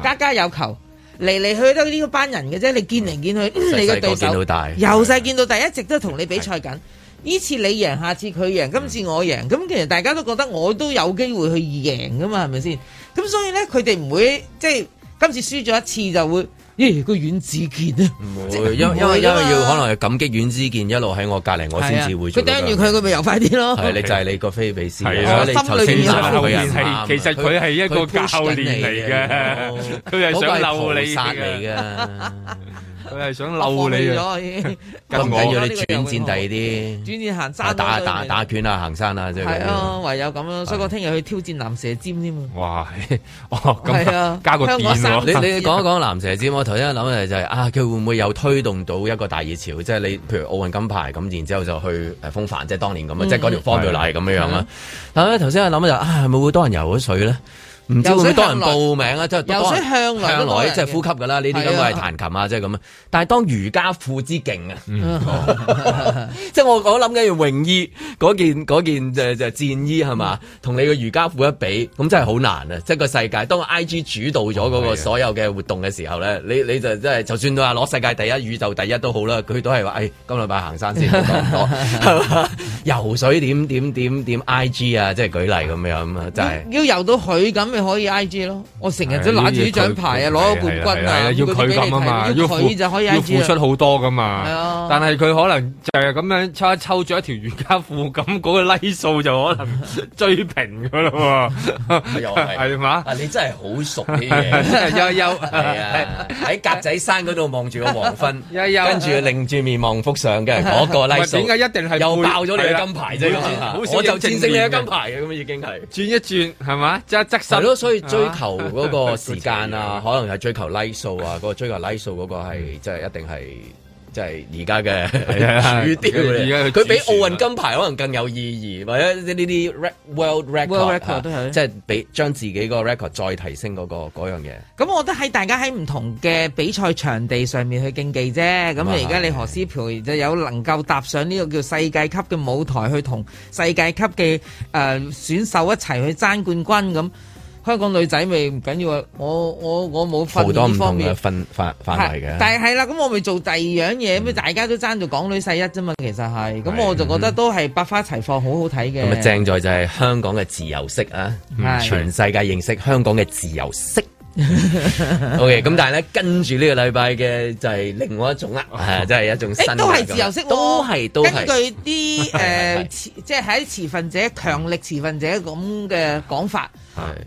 D: 家家有球，嚟嚟去去都呢班人嘅啫。你見嚟見去，你嘅
B: 嗯細個
D: 對
B: 見到
D: 手
B: 大，
D: 由細見到大，一直都同你比賽緊。呢次你贏，下次佢
B: 嗯
D: 贏，今次我贏，咁其實大家都覺得我都有機會去贏噶嘛，係咪先？咁所以呢，佢哋唔會即係今次輸咗一次就會，咦個阮子健啊！
B: 唔
D: 即
B: 會，因為因為因為
D: 唔會㗎
B: 要
D: 嘛
B: 可能係感激阮之健一路喺我隔離，我先至會
D: 啊佢
B: 做到
D: 掟
B: 㗎。
D: 完佢，佢咪游快啲 咯。
B: 係你就係你個菲比斯，
C: 係
D: 啊
B: 所以你頭
D: 心裏
B: 先
D: 面
B: 鬧佢人
C: 有
B: 啱啊
C: 其實佢係一個
B: 佢 push 緊
C: 教練
B: 你
C: 嚟嘅
B: 哦
C: 佢係
B: 嗰個
C: 想
B: 係
C: 嬲你
B: 菩薩
C: 嘅
B: 嚟嘅。
C: 佢係想
D: 我
C: 嬲
D: 放棄
C: 你啊！
D: 咗已經，
B: 咁
C: 咁
B: 唔
C: 我
B: 緊要，你
D: 呢個
B: 轉戰第二
D: 又
B: 啲，
D: 轉戰行
B: 打
D: 山
B: 打打打拳啊，行山啊，即係咁
D: 係
B: 樣。
D: 啊，唯有咁樣。所以我聽日去挑戰藍蛇尖添啊。
C: 哇， 哦
D: 係啊
C: 咁加個
D: 香
C: 電
D: 港三
C: 喎
B: 你你講一講藍蛇尖，我頭先諗嘅就係啊，佢會唔會又推動到一個大熱潮？即係你譬如奧運金牌咁，然之後就去誒風帆，即係當年咁
D: 嗯
B: 啊，即係嗰條 formula 係咁樣樣啦。但係咧頭先我諗嘅就係啊，係咪會多人游咗水咧？唔知會唔會多人報名啊？即係多人
D: 游水向來
B: 向
D: 都多
B: 來
D: 人嘅
B: 即係呼吸㗎啦，呢啲咁
D: 係啊
B: 係彈琴啊，即係咁啊。但係當瑜伽褲之勁啊！ 即係我我諗緊要泳衣嗰件嗰件就就戰衣係嘛，同你個瑜伽褲一比，咁真係好難啊！即係個世界，當 I G 主導咗嗰個所有嘅活動嘅時候咧，你你就真係就算話攞世界第一、宇宙第一都好啦，佢都係話誒，哎今禮拜行山 先，唔好講咁多 係嘛游水點點點點 I G 啊，即係舉例咁樣啊，真係。
D: 要游到佢咁去你可以 I G 咯。我成日都揦哎住啲獎牌啊，攞咗冠軍啊，
C: 要
D: 嗰啲
C: 佢
D: 俾你
C: 咁啊嘛，
D: 睇
C: 要
D: 要
C: 付
D: 佢就可以
C: 要
D: I
C: 付
D: G 啊
C: 出好多噶嘛。
D: 係啊
C: 但係佢可能就係咁樣抽一抽咗一條瑜伽褲，咁嗰個 like 數就可能追平噶咯喎，
B: 又係
C: 係嘛？
B: 啊！你真 係好熟呢啲
C: 真係
B: 嘢，
C: 悠悠
B: 係啊！喺格仔山嗰度望住個黃 昏，
C: 悠悠
B: 跟住擰住面望幅相嘅嗰 個
C: 唔
B: like
C: 係
B: 數，
C: 點解一定係
B: 又
C: 配
B: 爆咗你
C: 係啦
B: 嘅金牌啫？
C: 好少
B: 咁
C: 好少
B: 我就
C: 認證啊
B: 戰勝你嘅
C: 面嘅
B: 金牌嘅咁已經係。
C: 轉一轉係嘛？即係側身啊
B: 係咯，所以追求嗰 個時間啊，可能係追求 like 數啊，嗰個追求 like 數嗰個
C: 嗯
B: 係即係一定係。即係而家嘅
C: 啊
B: 主調
C: 而家嘅
B: 嚟，
C: 主
B: 佢比
C: 旋律
B: 奧運金牌可能更有意義，或者呢啲 re- world
D: World
B: record
D: record
B: 啊
D: 都係
B: 即係俾將自己個 record 再提升嗰個嗰樣嘢。
D: 咁我覺得喺大家喺唔同嘅比賽場地上面去競技啫。咁
B: 啊
D: 而家你何詩蓓就有能夠踏上呢個叫世界級嘅舞台，去同世界級嘅誒、呃、選手一齊去爭冠軍咁。香港女仔咪唔緊要啊！我我我冇訓
B: 好多
D: 練
B: 唔
D: 呢方
B: 同
D: 面
B: 嘅。分範範圍
D: 係
B: 嘅。
D: 但係係啦，咁我咪做第二樣嘢，咁大家都爭做港女世一啫嘛，其實
C: 係
D: 係，咁我就覺得都係百花齊放，好好睇
B: 嗯咁啊，
D: 嘅。
B: 正在就係香港嘅自由式啊，
D: 嗯係
B: 全世界認識香港嘅自由 式。OK，咁但係咧，跟住呢個禮拜嘅就係另外一種啦，係真係一種新嘅
D: 哦誒，都係自由式喎，
B: 都係都
D: 根據
B: 係。
D: 啲
B: 係係
D: 誒，持即係喺持份者強力持份者咁嘅講法，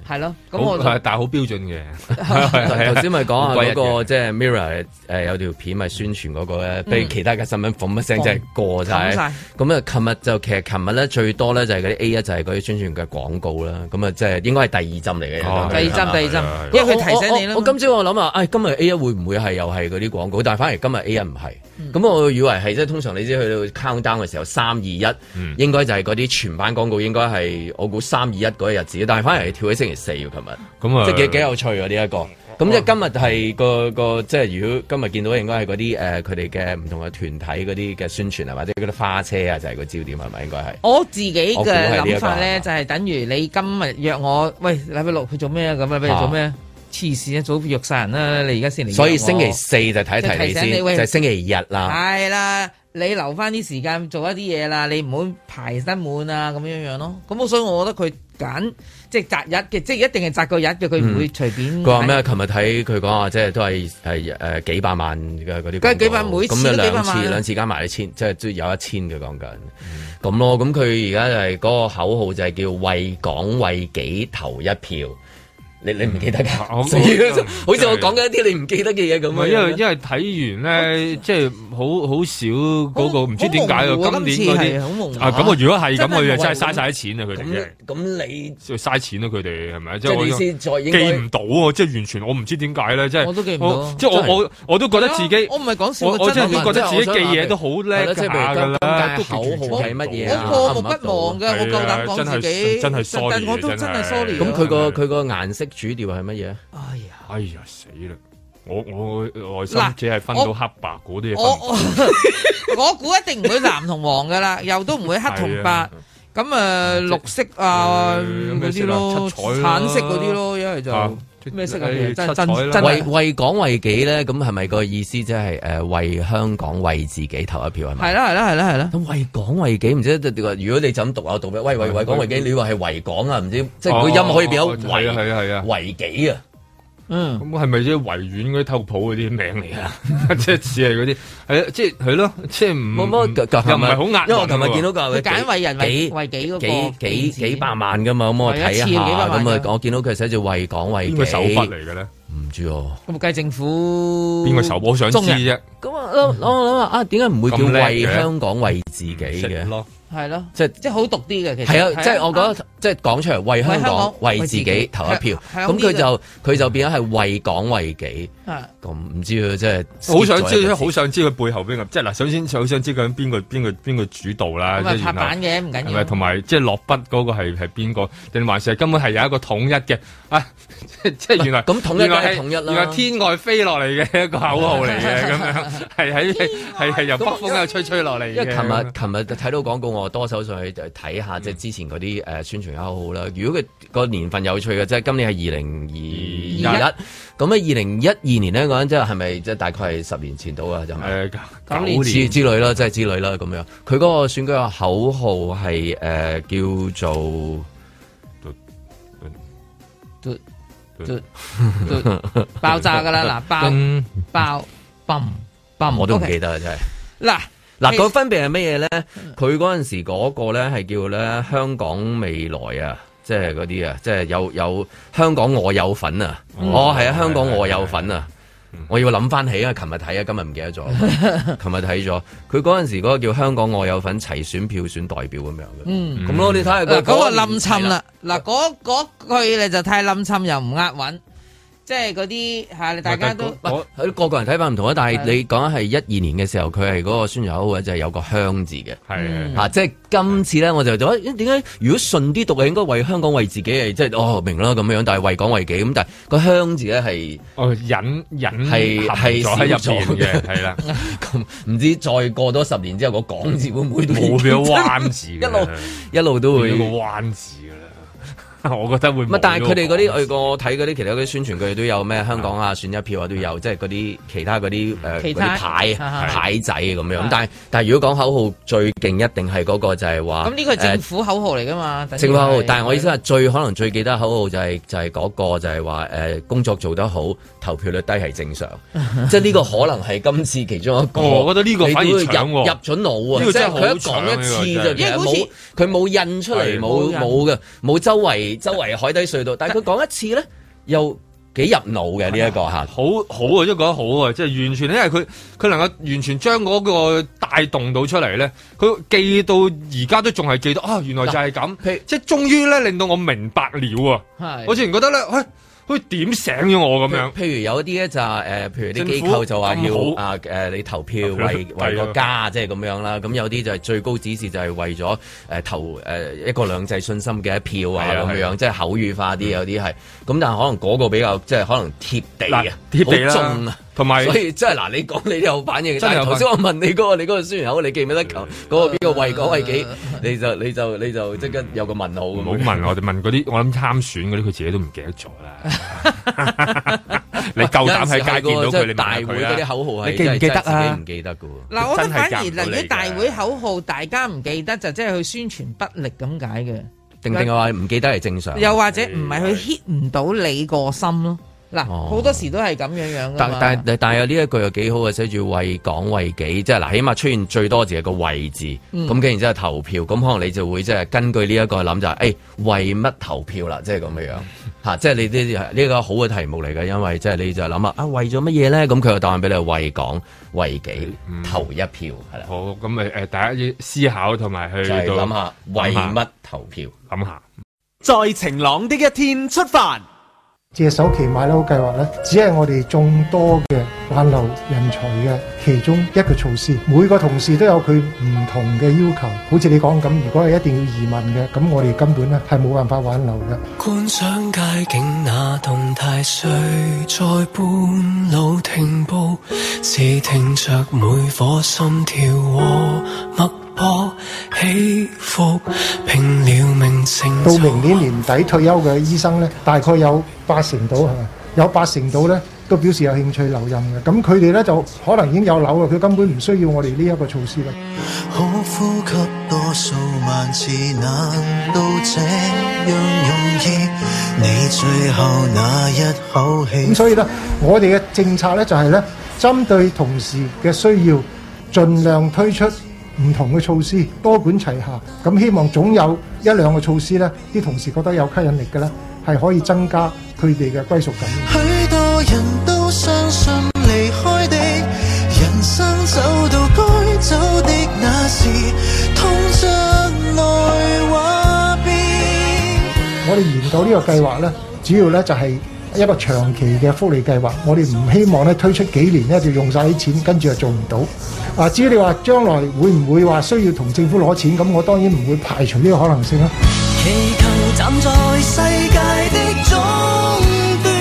C: 係
D: 係咯。咁
C: 好
D: 我就
C: 係但係好標準嘅，係係係
B: 頭先咪講下啊嗰
C: 好
B: 個
C: 鬼
B: 即係 Mirror 誒有條片咪宣傳嗰個咧，俾其他嘅新聞嘣一聲即係過晒
D: 嗯冚。晒
B: 咁啊，琴日就其實琴日咧最多咧就係嗰啲 A 一就係嗰啲宣傳嘅廣告啦。咁啊，即係應該係第二針嚟嘅。
C: 哦
D: 第二針，第
C: 係
D: 二
C: 係
D: 針，因為佢提醒你
B: 我我我
D: 啦嘛。
B: 我今朝我諗啊，唉，今日 A 一會唔會係又係嗰啲廣告？但係反而今日 A 一唔
D: 嗯
B: 係。咁我以為係即係通常你知去到 count down 嘅時候，三二一
D: 嗯
B: 應該就係嗰啲全版廣告，應該係我估三二一嗰日子。但係反而係跳喺星期四喎，琴日
C: 咁
D: 嗯
C: 啊
B: 即係幾幾有趣啊呢一個。咁即係今日係個個即係如果今日見到應該係嗰啲誒呃佢哋嘅唔同嘅團體嗰啲嘅宣傳啊，或者嗰啲花車啊，就係個焦點係咪應該係？
D: 我自己嘅
B: 我估係呢一個
D: 諗法
B: 係嘛
D: 咧，就係等於你今日約我，喂禮拜六去做咩啊？咁禮拜日做咩啊？黐線一早約晒人啦！你而家先嚟約我，
B: 所以星期四就睇一睇你
D: 即係提醒
B: 先，
D: 你
B: 就
D: 喂
B: 係星期日啦。
D: 係啦，你留翻啲時間做一啲嘢啦，你唔好排得滿啊咁樣樣咯。咁所以我覺得佢揀即係擇日嘅，即係一定係擇個日嘅，佢唔會隨便。
B: 佢話咩？？琴日睇佢講話，即係都係係誒幾百萬嘅嗰啲廣告，
D: 梗係幾百每次
B: 咁
D: 都
B: 有
D: 幾百
B: 兩
D: 萬啊嗯
B: 次兩次加埋一千，即係都有一千嘅講緊。咁咯，咁佢而家就係嗰個口號就係叫為港為己投一票。你你
D: 嗯
B: 唔記得㗎？
C: 啊 我
B: 死啦
C: 我
B: 好似我講緊一啲你唔記得嘅嘢咁
C: 唔
B: 樣。
C: 係因為因為睇完咧，即係好好少嗰個
D: 好
C: 唔知點解啊，
D: 好模糊啊
C: 今年嗰
D: 今次係好模
C: 啲
D: 糊
C: 啊，咁我如果係
B: 真
C: 咁，我就
B: 係模糊
C: 真係嘥晒啲錢啊！佢哋
B: 咁
C: 真
B: 咁你
C: 係嘥錢啊啦，佢哋係咪？即
B: 即係
C: 係
B: 你
C: 我
B: 先再應
C: 記唔
B: 該
C: 到啊！即係完全我唔知點解咧，即係
D: 我都記唔到
C: 我即係我我我都覺得自己
D: 我唔係啊講笑，
C: 我我真係
D: 係
C: 都覺得自己
B: 我
C: 記
B: 想話
C: 嘢都好
B: 係
C: 叻㗎
B: 咯即係譬如
C: 㗎
B: 今
C: 啦，
B: 今屆口號係乜嘢啊？
D: 我過目不忘嘅，我夠膽講自己，
C: 係啊真係真係 sorry，
D: 但我都真係
C: 真係
D: sorry 啊。
B: 咁佢個佢個顏色主調係乜嘢啊？
D: 哎呀，
C: 哎呀死啦！我我我內心
D: 嗱
C: 只係分到黑白嗰啲嘢分
D: 我
C: 唔
D: 我我估一定唔會藍同 黃噶啦，又都唔會黑同
C: 係啊
D: 白。咁誒綠色啊
C: 誒
D: 嗰
C: 咩
D: 啲
C: 色啊
D: 咯，
C: 七彩啦
D: 橙色嗰啲咯，因為
C: 啊
D: 就咩色啊？
C: 誒七
D: 其實真
C: 彩啦
D: 真真
B: 為
D: 係
B: 為港為己咧，咁係咪個意思即係誒為香港為自己投一票係咪？
D: 係啦係啦係啦係啦。
B: 咁為港為己，唔知如果你就咁讀啊下讀咩？喂為為港為己，你話係為港啊？唔知即係
C: 哦
B: 佢音可以變
C: 哦
B: 咗
C: 哦係啊
B: 為
C: 係啊係啊！
B: 為己啊！
D: 嗯。
C: 咁係咪即係維園嗰啲偷普嗰啲名嚟啊？ 即係似係嗰啲係啊即係係咯，即係唔
B: 冇冇
C: 嗯又唔係好呃壓韻喎。啊
B: 啊因為我琴日見到佢
D: 佢揀為人為為己嗰個
B: 幾幾
D: 幾字
B: 幾百萬噶嘛，咁我
D: 係啊
B: 睇下
D: 一次幾百萬
B: 咁啊，
D: 㗎
B: 我見到佢寫住為港為
C: 邊
B: 己，
C: 個手筆嚟嘅咧？
B: 唔知哦。
D: 咁計政府
C: 邊個手？我想知
D: 中人
C: 啫，
B: 咁啊，我我諗下啊，點解唔會叫
C: 咁叻
B: 為
C: 嘅
B: 香港為自己嘅
C: 食？咯。
D: 係咯，
B: 即係
D: 即係好毒啲嘅其實。
B: 係啊，即係我覺得，即係講出嚟為香
D: 為香
B: 港
D: 港、
B: 為自
D: 為自
B: 己
D: 己
B: 投一票，
D: 向向
B: 咁
D: 呢
B: 佢
D: 個
B: 就佢就變咗係為港為己，
D: 啊
B: 咁唔知佢真係
C: 好想
B: skip 咗一
C: 知，
B: 個
C: 好想知佢背後邊個，即係嗱，首先好想知究竟邊個邊個邊個主導啦，
D: 咁啊
C: 即
D: 拍
C: 係然
D: 板
C: 後
D: 嘅唔緊
C: 係咪
D: 要。
C: 同埋即係落筆嗰個係係邊個，定還是係根本係有一個統一嘅啊？ 即即係原來
B: 咁統一
C: 原來係
B: 梗係統一啦
C: 原來天外飛落嚟嘅一個口號嚟嘅咁樣， 係喺係係由北風喺度吹吹落嚟嘅。
B: 因為琴日琴日睇到廣告，我多手上去睇下即係之前嗰啲誒宣傳口號啦。如果佢個年份有趣嘅，即係今年係二零二一，咁咧二零一二年呢嗰陣即係係咪即係大概係十年前到啊？就係咪
C: 誒九
D: 九
C: 九
D: 年
B: 之
C: 年
B: 之類啦，即係之類啦咁樣。佢嗰個選舉嘅口號係誒、呃叫做
D: 嘟嘟爆炸噶啦，嗱爆爆嘣嘣，
B: 我都唔
D: OK
B: 記得啦，真係。
D: 嗱
B: 嗱，
D: 其
B: 個分別係乜嘢咧？
D: 嗯
B: 佢嗰陣時嗰個咧係叫咧香港未來啊，即係嗰啲啊，即係有有香港我有份啊！
D: 嗯
B: 哦，係啊，香港我有份啊！我要諗翻起啊，琴日睇啊，今日唔記得 咗。琴日睇咗，佢嗰陣時嗰個叫香港我有份齊選票選代表咁樣嘅。
D: 嗯
B: 咁咯，你睇下
D: 嗱，嗰個
B: 嗰
D: 冧沉啦，嗱嗰嗰句咧就太冧沉又唔呃穩，即係嗰啲嚇，大家都
B: 喂佢個個人睇法唔同啊，但係你講係一二年嘅時候，佢係嗰個宣傳口號就係有個香字嘅，
C: 係
B: 啊，即係今次咧，
C: 嗯
B: 我就覺得咦點解如果順啲讀係應該為香港為自己係即係哦明啦咁樣，但係為港為己咁，但係個香字咧係
C: 哦，隱隱
B: 係
C: 含
B: 係
C: 咗喺入
B: 少咗
C: 邊嘅，係啦，
B: 咁，唔知再過多十年之後個港字會唔會都
C: 嗯冇變咗彎字
B: 一
C: 㗎
B: 路
C: 啦
B: 一路都
C: 變咗
B: 會
C: 個彎字噶啦，我 覺得會
B: 乜
C: 冇
B: 但係佢哋嗰
C: 咗
B: 啲呃我個睇嗰啲其他嗰啲宣傳，佢哋都有咩香港啊選一票啊都有，即係嗰啲其他嗰啲
C: 嗯
B: 誒嗰
D: 其
B: 啲
D: 他
B: 牌
D: 啊
B: 牌仔咁樣
D: 啊。
B: 但係但係如果講口號最勁，一定係嗰個就係話呃
D: 咁呢個係政
B: 誒
D: 府口號嚟噶嘛？等於
B: 政府口號
D: 係。
B: 但係我意思係最可能最記得口號就係就係嗰個就係話誒工作做得好，投票率低係正 常。即係呢個可能係今次其中一個。
C: 哦我覺得呢個
B: 你
C: 反而
B: 都入
C: 搶喎
B: 入咗腦啊！
C: 呢個
B: 即係
C: 真係
B: 佢一
C: 好搶啊
B: 講一
C: 呢
B: 次
C: 個真係
B: 就其實
D: 因為好似
B: 冇佢冇印出嚟，
C: 係
B: 冇
D: 冇
B: 冇嘅，冇周圍周圍海底隧道。但係佢講一次咧，又幾入腦嘅呢一個嚇。
C: 好好啊，即係覺得好啊，即係完全，因為佢佢能夠完全將嗰個帶動到出嚟咧，佢記到而家都仲係記得啊，原來就係
B: 譬如
C: 咁，即係終於咧令到我明白了啊！
D: 係
C: 我之前覺得咧，喂，好似點醒咗我咁樣，
B: 譬如有一啲咧就係誒，譬如啲
C: 政府
B: 機構就話要
C: 咁好
B: 啊誒，你投票
C: 投票
B: 為
C: 係啊
B: 為個家，即係咁樣啦。咁有啲就係最高指示就係為咗誒投呃誒一國兩制信心嘅一票啊
C: 係啊嗯
B: 咁
C: 係
B: 樣，即係口語化啲有啲係。咁但係可能嗰個比較即係可能貼地啊，
C: 貼地
B: 好重啊
C: 啦。，同埋
B: 所以真係嗱，你講你都有反應。
C: 真係
B: 但係
C: 有
B: 頭
C: 反
B: 先我問你嗰個，你嗰個宣傳口，你記 唔記得求嗰個邊個為嗰位幾？你就你就你就即刻有個問號
C: 唔
B: 咁
C: 好
B: 樣。
C: 問我哋問嗰啲，我諗參選嗰啲，佢自己都唔記得咗啦。 你夠膽喺街見到佢，你
B: 大
C: 問下
B: 會
C: 佢
B: 嗰啲
C: 啦。
B: 口號係
E: 你記唔記得啊
B: 真係自己唔記得㗎喎。
D: 嗱，我覺得
C: 真係
D: 反而
C: 夾唔
D: 嗱，
C: 到
D: 如
C: 你
D: 果
C: 㗎
D: 大會口號大家唔記得，就即係佢宣傳不力咁解嘅。
B: 定定係話唔記得係正
C: 啊
B: 常。
D: 又或者唔係佢 hit 唔到你個心咯。嗱，
B: 哦
D: 好多時都係咁樣樣噶
B: 但
D: 嘛。
B: 但但但有呢一句又幾好啊，寫住為港為己，即係嗱，起碼出現最多字係個為字，
C: 嗯
B: 咁跟住然之後投票，咁可能你就會即係根據呢一個諗就係、誒、為乜投票啦，即係咁樣樣 嚇，即係你呢呢個好嘅題目嚟嘅，因為即係你就諗啊啊為咗乜嘢咧？咁佢個答案俾你係為港為己
C: 嗯
B: 投一票係啦，
C: 好，咁咪
J: 呃
C: 誒，大家要思考同埋去
B: 就係
C: 到
B: 諗下為乜投票。
C: 諗下。
E: 在晴朗的一天出發。
K: 借首期買樓計劃咧，只係我哋眾多嘅挽留人才嘅其中一個措施。每個同事都有佢唔同嘅要求，好似你講咁，如果係一定要移民嘅，咁我哋根本咧係冇辦法挽留嘅。
F: 觀賞街景那動態，誰在半路停步？是聽着每顆心跳和脈搏起伏，拼了命成
K: 到
F: 就。
K: 明年年底退休嘅醫生咧，大概有八成到
F: 哦
K: 係咪？有八成到咧都表示有興趣留任嘅，咁佢哋咧就可能已經有樓啦，佢根本唔需要我哋呢一個措施啦。
F: 好呼吸多數萬次，難道這樣容易？你最後那一口氣
K: 咁。所以咧，我哋嘅政策咧就係咧，針對同事嘅需要，盡量推出唔同嘅措施，多管齊下。咁希望總有一兩個措施咧，啲同事覺得有吸引力嘅咧，係可以增加佢哋嘅歸屬感。
F: 許多人都相信離開的人生走到該走的那時，通向來話別。
K: 我哋研究呢個計劃咧，主要咧就係一個長期嘅福利計劃。我哋唔希望咧推出幾年咧就用晒啲錢，跟住就做唔到。啊，至於你話將來會唔會話需要同政府攞錢，咁我當然唔會排除呢個可能性啦。
F: 祈求站在世界的終端。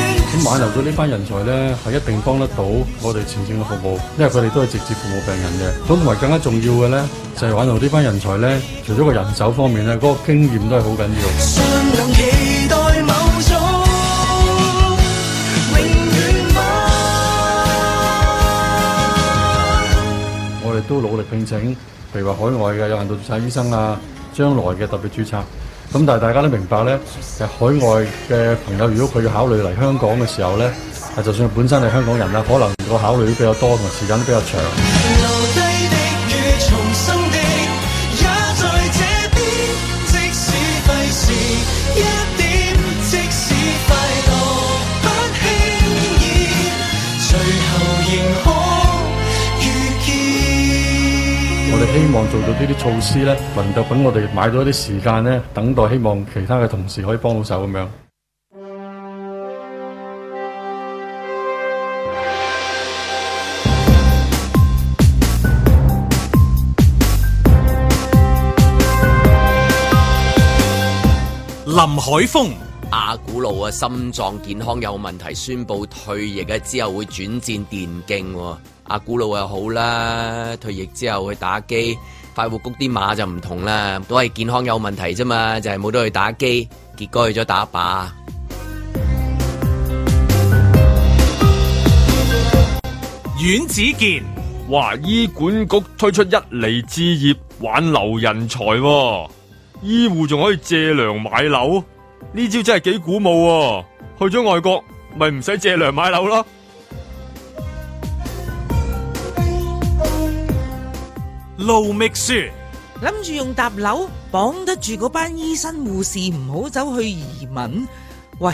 L: 挽留到呢班人才呢，係一定幫得到我哋前線嘅服務，因為佢哋都係直接服務病人嘅。咁同埋更加重要嘅呢，就係、挽留呢班人才呢，除咗個人手方面呢，嗰、個經驗都係好緊要。
F: 尚能期待某種永遠嗎？
L: 我哋都努力聘請，譬如話海外嘅有限度註冊醫生啊，將來嘅特別註冊。咁但係大家都明白咧，其實海外嘅朋友如果佢要考慮嚟香港嘅時候咧，啊就算佢本身係香港人啊啦，可能個考慮都比較多，同埋時間都比較長。
F: 留低的與重生的，也在這邊。即使費時一點，即使快樂不輕易，最後仍可遇見。
L: 我哋希望做到呢啲措施咧，能夠等我哋買到一啲時間咧，等待希望其他嘅同事可以幫到手咁樣。
G: 林海峰，阿古路啊，心臟健康有問題，宣布退役啊，之後會轉戰電競喎。阿古路又好啦，退役之後去打機，快活谷啲馬就唔同啦，都係健康有問題啫嘛，就係、冇得去打機，結果去咗打靶。
A: 阮子健，
J: 哇！醫管局推出一厘置業挽留人才、喎，醫護仲可以借糧買樓，呢招真係幾鼓舞、喎。去咗外國咪唔使借糧買樓咯。
A: 路觅雪，
D: 諗住用搭樓綁得住嗰班醫生護士，唔好走去移民。喂，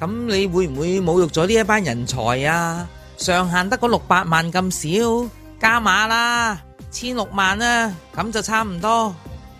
D: 咁你會唔會侮辱咗呢一班人才啊？上限得嗰六百萬咁少，加碼啦，千六萬啊，咁就差唔多。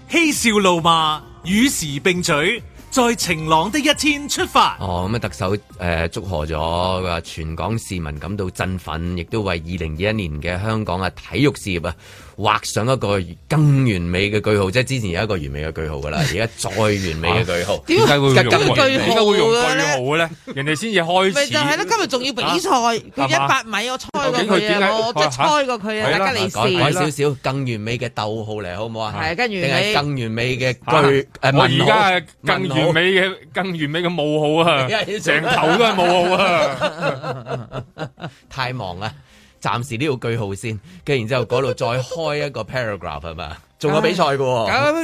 A: 嬉笑怒罵，與時並舉，在晴朗的一天出發。
B: 哦，咁啊，特首誒、呃祝賀咗，佢話全港市民感到振奮，亦都為二零二一年嘅香港啊體育事業啊畫上一個更完美嘅句號，即係之前有一個完美嘅句號噶啦，而家再完美嘅句號，
J: 點 解會用句號點解會用句
D: 嘅咧
J: 號咧？人哋先至開始。
D: 咪就係咯，今日仲要比賽，佢一百
J: 啊
D: 米我猜
J: 究
D: 過
J: 竟佢點
D: 佢
J: 解
D: 啊，我即係猜過佢啊，
B: 係啦
D: 大家利是。
B: 改改少少更完美嘅逗號嚟，好唔好啊？
D: 係更完美
B: 定係更完美嘅
J: 啊
B: 句誒
J: 我而家係
B: 問
J: 更
B: 號
J: 完美嘅更完美嘅冒 號啊， 成頭都係冒號啊！
B: 啊！ 太忙啦，暫時呢度句號先，跟住然之後嗰度再開一個 paragraph 係嘛？仲有比賽嘅喎，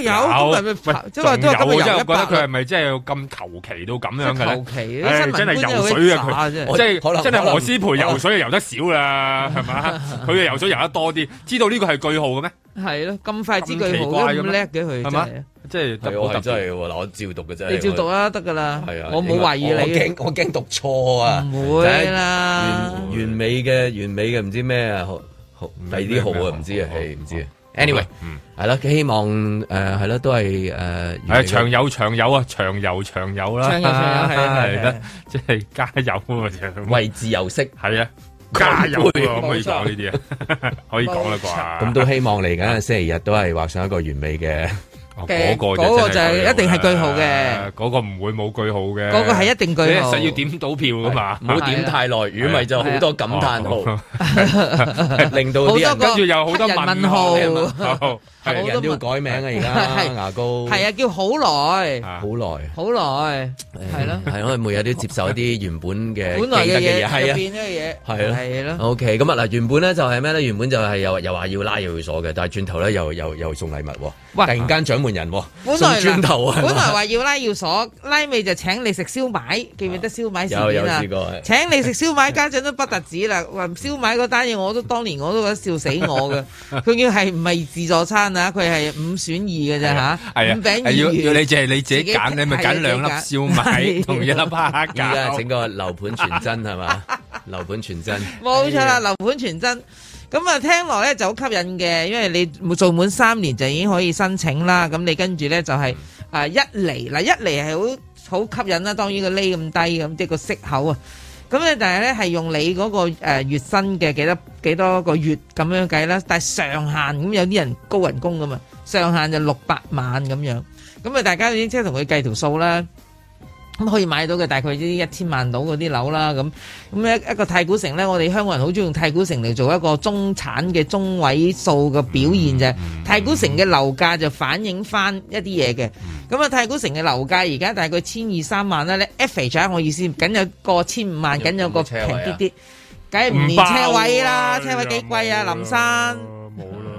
D: 有
J: 啊
D: 有咁咪咪即係話
J: 仲
D: 都係今
J: 有
D: 日
J: 啊！真係
D: 遊一百
J: 覺得佢係咪真係咁求其到咁樣嘅咧？
D: 求其啲
J: 唉
D: 新聞
J: 真係
D: 官有
J: 游水
D: 啲
J: 啊！
D: 渣
J: 佢
D: 真
B: 係
J: 即係
B: 可能
J: 真係
B: 可能
J: 何詩
B: 可
J: 蓓
B: 能
J: 游水就游得少啦，係 嘛？佢哋游水游得多啲，知道呢個係句號嘅咩？
D: 係咯，咁快知
J: 咁
D: 句
J: 奇
D: 號
J: 怪
D: 咁
J: 咩
D: 叻嘅佢
J: 係
D: 真
J: 嘛
D: 係，？
J: 即係
B: 係啊我係真係喎，嗱我照讀嘅啫。
D: 你照讀啦，得噶啦
B: 係啊，，
D: 我冇懷疑
B: 我
D: 你
B: 驚。我驚讀錯啊！
D: 唔會啦
B: 第一完完美嘅完美嘅唔知咩啊，好好第二啲號啊，唔知啊，係唔知啊。anyway，係啦，希望誒係啦，都係誒完美
J: 係
B: 嘅
J: 長友長友啊，長友長友啦，
B: 長友長友係係係
J: 啦，即係加油啊！
B: 位置又識，
J: 係啊，加油啊！
B: 乾杯
J: 可唔可以講呢啲 啊？可以講啦啩？
B: 咁都希望嚟緊嘅星期日都係畫上一個完美嘅。
D: 嘅
J: 嗰個
D: 嗰個
J: 就真
D: 就一定係句號嘅
J: 啊嗰個唔會冇句號嘅，
D: 嗰個係一定句號
J: 你實要點到票噶嘛，
B: 唔好點太耐，如果咪就好多感嘆號， 令到啲
D: 好多
B: 人
D: 個
J: 跟住又好多問
D: 黑人
J: 問
D: 問
J: 號，
B: 係人都要改名 啊！而家
D: 係
B: 牙膏
D: 係啊，叫好耐，
B: 好耐。
D: 好耐，係咯，
B: 係因為每日都接受一啲原本嘅
D: 本來嘅
B: 記得
D: 嘢
B: 係
D: 入
B: 啊。
D: 邊嘅嘢，
B: 係咯，
D: 係咯。
B: O K，咁啊嗱，原本咧就係咩咧？原本就係又又話要拉又要鎖嘅，但係轉頭咧又又又送禮物喎，突然間掌門人喎，
D: 本
B: 送
D: 來
B: 磚頭啊，
D: 本來話要拉要鎖，拉尾就請你食燒賣，記唔記得燒賣事
B: 有有
D: 件啊
B: 試？過係
D: 請你食燒賣，家長都不特止啦。話燒賣嗰單嘢，我都當年我都覺得笑死 我嘅。佢要係唔係自助餐啊？佢係五選二嘅啫
J: 係
D: 吓
J: 啊，係啊
D: 五餅二
J: 係要
D: 魚
J: 要你淨係你自己
D: 自己
J: 揀，你咪
D: 係啊
J: 揀兩粒
D: 自己
J: 燒
D: 揀
J: 賣
D: 係
J: 同一粒蝦
B: 依家
J: 餃
B: 整。個樓盤全真係 嘛？樓盤全真，
D: 冇錯啦，樓盤全真。咁啊，聽落咧就好吸引嘅，因為你做滿三年就已經可以申請啦。咁你跟住咧就係、啊一厘嗱，一厘係好好吸引啊啦。當然個厘咁低咁，即係個息口啊。咁咧，但係咧係用你嗰、個、呃、月薪嘅幾多幾多個月咁樣計啦。但係上限咁有啲人高人工噶嘛，上限就六百萬咁樣。咁啊，大家已經即係同佢計條數啦。咁可以買到嘅大概呢啲一千萬到嗰啲樓啦，咁咁一一個太古城咧，我哋香港人好中意用太古城嚟做一個中產嘅中位數嘅表現啫。太古城嘅樓價就反映翻一啲嘢嘅。咁啊，太古城嘅樓價而家大概千二三萬啦，咧 F H 我意思，僅有個千五萬，僅有個平啲啲，梗係唔連車位啦，車位幾貴啊，林生。
J: 冇啦，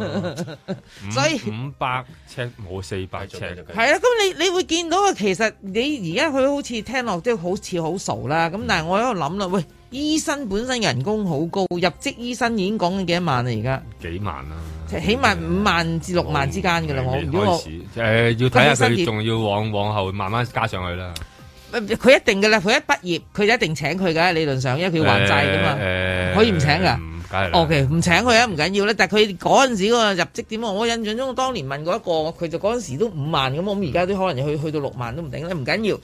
C: 嗯
D: 所以
C: 五百尺冇四百尺，
D: 係啊，咁你你會見到啊，其實你而家佢好似聽落都好似好傻啦，
C: 嗯
D: 咁但係我喺度諗啦，喂，醫生本身人工好高，入職醫生已經講緊幾多萬啦，而家
C: 幾萬啦、
D: 起碼五萬至六萬之間噶啦，我
C: 哦未
D: 如果
C: 開
D: 我
C: 始誒、要睇下
D: 佢
C: 佢
D: 失業
C: 仲要往往後慢慢加上去啦。
D: 呃佢一定噶啦，佢一畢業佢就一定請佢噶，理論上因為佢要還債噶嘛，
C: 誒誒
D: 可以唔請噶。
C: 梗係啦
D: O K，唔請佢啊，唔緊要啦。但係佢嗰陣時嗰個入職點啊，我印象中我當年問過一個，佢就嗰陣時都五萬咁，咁而家都可
C: 嗯
D: 能去去到六萬都唔定啦，唔緊要。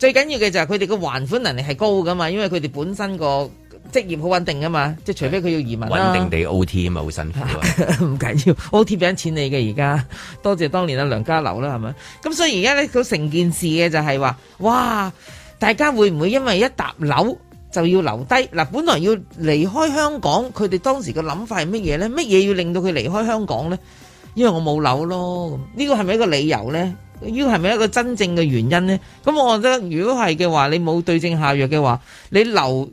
D: 最緊要嘅就係佢哋個還款能力係高噶嘛，因為佢哋本身個職業好穩定噶嘛，即係除非佢要移民
B: 穩
D: 啦
B: 定地 O T 啊嘛，好辛苦啊。
D: 唔緊要，O T 俾緊錢你嘅而家， 多謝當年阿梁家樓啦，係咪？咁所以而家咧，佢成件事嘅就係話，哇！大家會唔會因為一沓樓就要留低？嗱，本來要離開香港，佢哋當時嘅諗法係乜嘢咧？乜嘢要令到佢離開香港咧？因為我冇樓咯，咁呢個係咪一個理由咧？呢個係咪一個真正嘅原因咧？咁我覺得如果係嘅話，你冇對症下藥嘅話，你留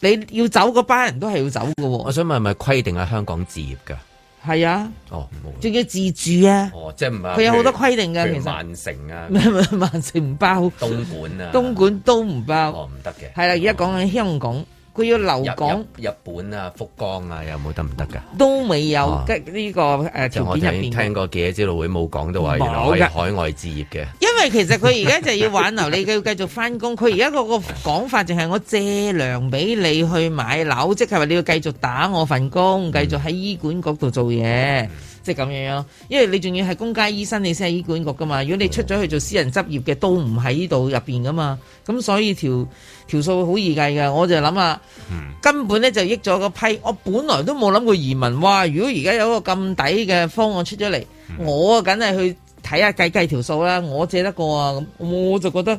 D: 你要走嗰班人都係要走嘅 喎。
B: 我想問係咪規定喺香港置業㗎？
D: 係啊。
B: 哦，冇。
D: 仲要自住啊！
B: 哦，即係唔係？
D: 佢有好多規定㗎
B: 譬如
D: 其實
B: 曼城啊，
D: 咩咩萬城唔包，
B: 東莞啊，哦
D: 東莞都唔包，
B: 唔得嘅。
D: 係啦，而家講緊香港，佢要留港
B: 日日本啊，福岡啊，有冇得唔得㗎？
D: 都未有
B: 哦
D: 跟呢個誒
B: 即係
D: 條
B: 我
D: 件入
B: 聽
D: 邊
B: 聽
D: 嘅，
B: 過記者招待會冇講到話原來
D: 冇
B: 可以
D: 㗎
B: 海外置業嘅。
D: 因為其實佢而家就要挽留你，佢要繼續翻工。佢而家嗰個講法淨係我借糧俾你去買樓，即係話你要繼續打我份
B: 嗯
D: 工，繼續喺醫管局度做嘢。即係咁樣樣，因為你仲要係公家醫生，你先係醫管局噶嘛。如果你出咗去做私人執業嘅，都唔喺呢度入邊噶嘛。咁所以條條數好易計㗎。我就諗下，
B: 嗯
D: 根本咧就益咗個批。我本來都冇諗過移民。哇！如果而家有一個咁抵嘅方案出咗嚟，
B: 嗯
D: 我啊梗係去睇下計計條數啦。我借得過啊，咁我就覺得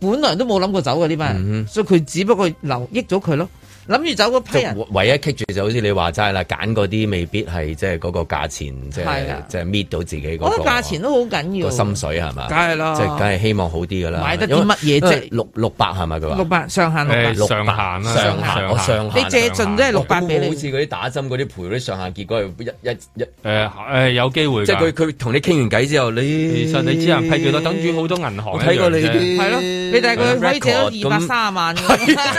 D: 本來都冇諗過走嘅呢班
B: 嗯
D: 人，所以佢只不過留益咗佢咯。諗住走嗰批
B: 即
D: 人。
B: 係唯一棘住就好似你話齋啦，揀嗰啲未必係即係嗰個價錢，即
D: 係啊
B: 係即係搣到自己
D: 我
B: 嗰
D: 覺
B: 個
D: 得價錢都好緊要，
B: 個心水係嘛？
D: 梗係啦
B: 即係梗係希望好啲㗎啦。
D: 買得啲
B: 因為
D: 乜嘢啫
B: 因為六六百係咪佢話？
D: 六百上限六百，
B: 啊六百上
D: 上限
B: 限，我上限。
D: 你借盡都係六百俾
B: 好
D: 你。
B: 似嗰啲打針嗰啲賠嗰啲上限，結果係一一一
C: 誒誒有機會㗎
B: 即係佢佢同你傾完偈之後，你
C: 其實你只能批幾多，等於好多銀行
B: 我睇過你啲
D: 係咯，你大概可以借到二百三十萬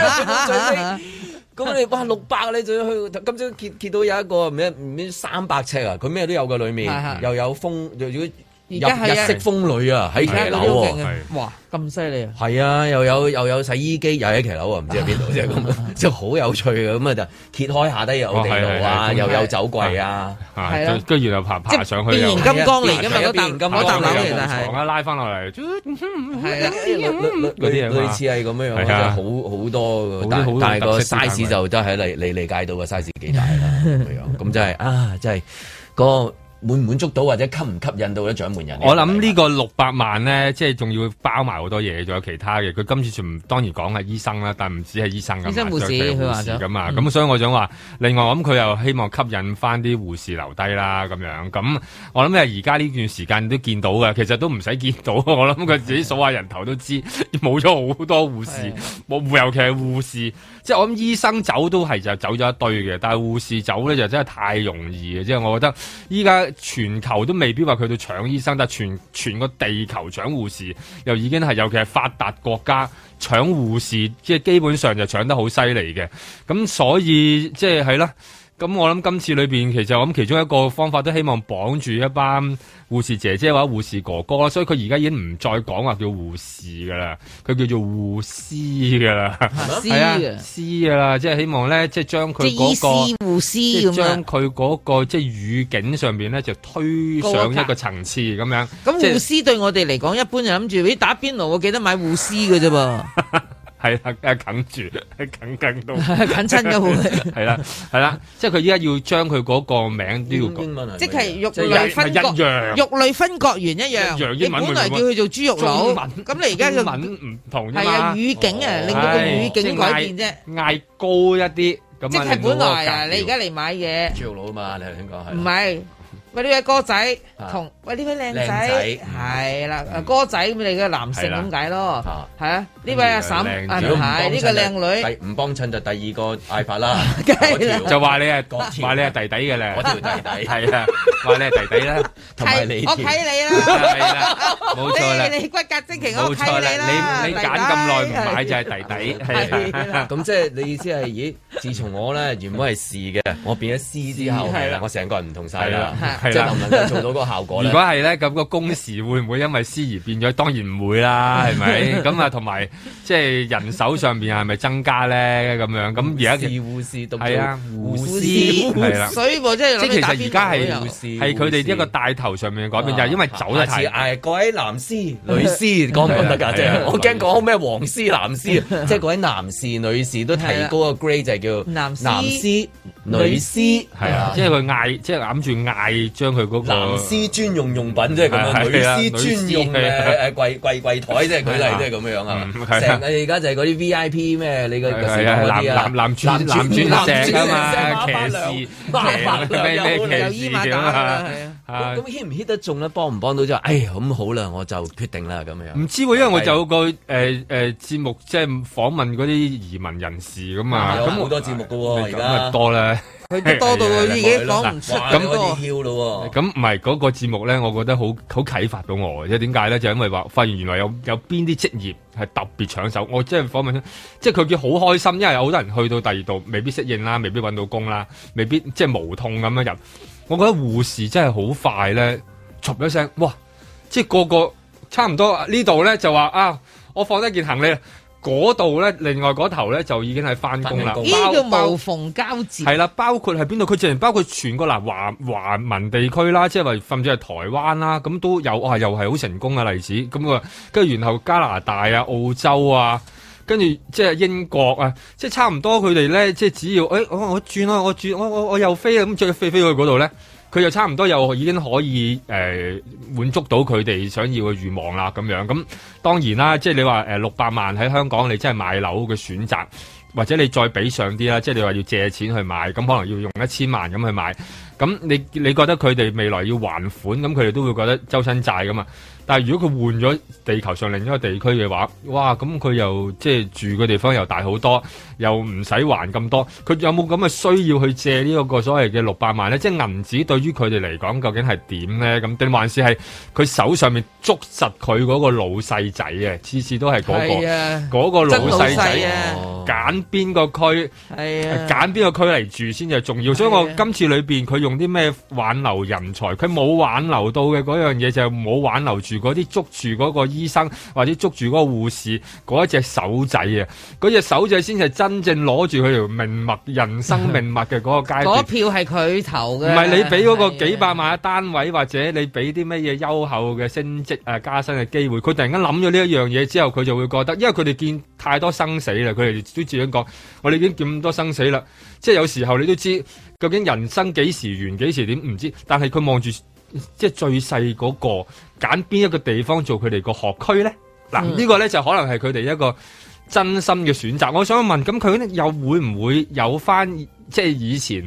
B: 係
D: 咁。
B: 咁你哇六百你仲要去今朝見見到有一個咩唔知三百尺啊，佢咩都有嘅裏面
D: 係係，
B: 又有風，又如果
D: 而
B: 日
D: 家係啊
B: 日式風女啊，喺
D: 而
B: 騎
D: 家
B: 樓
D: 嗰啲好勁
B: 喎
D: 啊。哇，咁犀利啊！
B: 係啊，又有又有洗衣機，又喺騎樓啊，唔知喺邊度啫 咁，即係好有趣嘅咁啊！就揭開下低又有地牢啊，
C: 哦係係係
B: 又有酒櫃啊，
D: 係啦
C: 跟住又爬爬上去
B: 變
C: 又
B: 形金剛嚟㗎嘛嗰笪嗰笪樓其實係
C: 床啊拉翻落嚟，係
D: 啊，
C: 嗰啲
B: 類
C: 啊嘛
B: 類似係咁樣樣，
C: 係
B: 真係
C: 啊
B: 好好多嘅，但
C: 好多
B: 但係個
C: 特色單位
B: size 就都係你你理解到個 size 幾大 啦咁樣，咁真係啊，真係個滿唔滿足到或者吸唔吸引到啲掌門人？
C: 我諗呢個六百萬咧，即係仲要包埋好多嘢，仲有其他嘅。佢今次全部當然講係醫生啦，但唔止係醫生咁啊，
D: 醫生護士
C: 仲有
D: 佢話咗
C: 咁嘛。
D: 嗯
C: 咁所以我想話，另外我諗佢又希望吸引翻啲護士留低啦，咁樣。咁我諗咧，而家呢段時間都見到嘅，其實都唔使見到。我諗佢自己數下人頭都知，冇咗好多護士，冇尤其係護士。即係我諗醫生走都係就走咗一堆嘅，但係護士走咧就真係太容易嘅，即係我覺得依家全球都未必話佢哋搶醫生，但係全全個地球搶護士又已經係尤其係發達國家搶護士，即係基本上就搶得好犀利嘅。咁所以即係係啦。咁我諗今次裏邊其實我諗其中一個方法都希望綁住一班護士姐姐或者護士哥哥啦，所以佢而家已經唔再講話叫護士噶啦，佢叫做護師噶啦，
D: 師
C: 係啊
D: 嘅
C: 師噶啦，即係希望咧即係將佢
D: 即係醫師
C: 嗰個。即
D: 護師
C: 係
D: 咁啊
C: 將
D: 樣。
C: 佢嗰個即係語境上邊咧，就推上一個層次咁樣。
D: 咁
C: 即
D: 護
C: 係
D: 師對我哋嚟講，一般就諗住咦打邊爐，我記得買護師嘅啫噃。
C: 係啦，梗係啃住，啃啃到
D: 啃親 㗎會
C: 係啊啦，係啦，即係佢依家要將佢嗰個名都要
B: 英文係
D: 即係肉
C: 即係
D: 類分割，
C: 一樣
D: 肉類分割完一
C: 一樣
D: 樣。你
C: 英文
D: 本來
C: 會唔
D: 叫
C: 會
D: 佢做豬肉佬，
C: 中文
D: 嗯咁你而家就
C: 英文唔同啫嘛
D: 係啊語境啊，令到個語境改變啫。
C: 啫，嗌高一啲咁啊。
D: 即係
C: 令到嗰個
D: 本來啊，
C: 格調
D: 你而家嚟買嘢，
B: 豬肉佬啊嘛，你頭先講係
D: 唔係喂呢位哥仔
B: 啊
D: 同喂呢位靚
B: 靚
D: 仔
B: 仔
D: 係啦，啊哥仔咁你嘅男性
B: 係啦
D: 咁解咯，係啊呢位阿嬸
B: 靚
D: 啊
B: 仔
D: 唔係呢個靚女。
B: 第唔幫襯就第二個嗌 法啦，
C: 就話你
B: 嗰
C: 係
B: 條
C: 話你係弟弟嘅咧，
B: 我條弟 弟
C: 係啊，話你係弟弟 啦，
B: 同
D: 睇我睇你啦，
C: 係啦 冇錯啦
D: 你你骨骼精奇，我
C: 冇
D: 睇
C: 錯
D: 你啦，
C: 啦，你你
D: 弟弟
C: 揀咁耐唔 買就係弟弟，係啊。
B: 咁即係你意思係，咦？自從我咧原本係是嘅，我變咗 C 之後
C: 係啦，
B: 我成個人唔同晒
C: 係
B: 啦
C: 啦，，
B: 即係能唔能夠做到嗰個效果咧？
C: 如果係咧，咁個工時會唔會因為私而變咗？當然唔會啦，係咪？咁啊，同埋即係人手上面係咪增加咧？咁樣咁而家
B: 護士護士讀做
C: 係啊，
B: 護
C: 士
B: 士
C: 係啦，
D: 所以我真係
C: 即
D: 諗
C: 係
D: 起
C: 其
D: 打
C: 實而家係
D: 邊爐都有
C: 係佢哋一個帶頭上面嘅
B: À,
C: 改變，就係因為走得太啊
B: 啊下次嗌各位男士、女 士講唔講得㗎？即係我驚講咩黃絲、藍絲，即係各位男士、女士都提高個 grade 就叫
D: 男士
B: 男師、女師，
C: 係啊，即係佢嗌，即係諗住嗌將佢嗰個
B: 男師專用用品即係咁樣，女
C: 係啊
B: 師專用
C: 女
B: 嘅
C: 師
B: 誒櫃櫃櫃台，即係舉
C: 係啊
B: 例，即係咁樣啊
C: 嗯！係啊
B: 成個而家就係嗰啲 V I P 咩，你
C: 係
B: 個個
C: 啊
B: 成日嗰啲
C: 男
B: 啊，
C: 男男鑽
B: 鑽
C: 男鑽石啊嘛
B: 鑽石
C: 騎士
B: 馬伯良
C: 騎咩咩
B: 有
C: 騎士
B: 有伊馬
C: 咁啊
B: 打啦
C: 係啊
B: 係咁 hit 唔 hit 得中咧？幫唔幫到就話，哎咁好啦，我就決定啦咁樣。
C: 唔知喎，因為我就有個誒誒節目，即係訪問嗰啲移民人士咁啊，
B: 有
C: 咁
B: 好
C: 我
B: 多節目㗎喎，而
C: 咁啊
B: 家
C: 多啦，
D: 佢多到已經講唔出
B: 哇
C: 咁啊
B: 你開始竅咯喎。
C: 咁唔係嗰個節目咧，我覺得好好啟發到我嘅，即係點解咧？就因為話發現原來有有邊啲職業係特別搶手，我即係訪問咗，即係佢叫好開心，因為有好多人去到第二度未必適應啦，未必揾到工啦，未必即係無痛咁樣入。我覺得護士真係好快咧，嘈一聲，哇！即係個個差唔多呢度咧就話啊，我放低件行李啦，嗰度咧另外嗰頭咧就已經係翻工啦，
D: 呢個叫
C: 包
D: 無縫交接。
C: 係啦，包括係邊度？佢自然包括全個嗱華華民地區啦，即係話甚至係台灣啦，咁都有啊，又係好成功嘅例子。咁啊，跟住然後加拿大啊、澳洲啊，跟住即係英國啊，即係差唔多佢哋咧，即係只要誒、哎我我轉啦，我轉我我我又飛啦，咁再飛飛去嗰度咧。佢就差唔多又已經可以誒、呃、滿足到佢哋想要嘅願望啦，咁樣咁當然啦，即係你話誒六百萬喺香港，你真係買樓嘅選擇，或者你再俾上啲啦，即係你話要借錢去買，咁可能要用一千萬咁去買，咁你你覺得佢哋未來要還款，咁佢哋都會覺得周身債噶嘛。但係如果佢換咗地球上另一個地區嘅話，哇！咁佢又即係住嘅地方又大好多，又唔使還咁多。佢有冇咁嘅需要去借呢一個所謂嘅六百萬咧？即係銀紙對於佢哋嚟講，究竟係點咧？咁定還是係佢手上面捉實佢嗰個老細仔啊？次次都係嗰、個
D: 係啊
C: 嗰個老細
D: 真老細
C: 仔
D: 啊
B: 哦
C: 揀邊個區？
D: 係啊，
C: 揀邊個區嚟住先係重要，所以我今次裏邊佢用啲咩挽留人才，佢冇挽留到嘅嗰樣嘢就係冇挽留住嗰啲捉住嗰個醫生或者捉住嗰個護士嗰一隻手仔啊，嗰隻手仔先係真正攞住佢條命脈、人生命脈嘅嗰個階
D: 嗰
C: 段。
D: 票係佢投
C: 唔
D: 嘅，
C: 係你俾嗰個幾百萬嘅單位，或者你俾啲乜嘢優厚嘅升職啊加薪嘅機會，佢突然間諗咗呢一樣嘢之後，佢就會覺得，因為佢哋見太多生死啦，佢哋都自己講，我哋已經見咁多生死啦，即係有時候你都知究竟人生幾時完，幾時點唔知，但係佢望住即係最細嗰、個揀邊一個地方做佢哋個學區咧，嗱、
E: 嗯
C: 呢個咧就可能係佢哋一個。真心嘅選擇。我想問，咁佢又會唔會有翻即係以前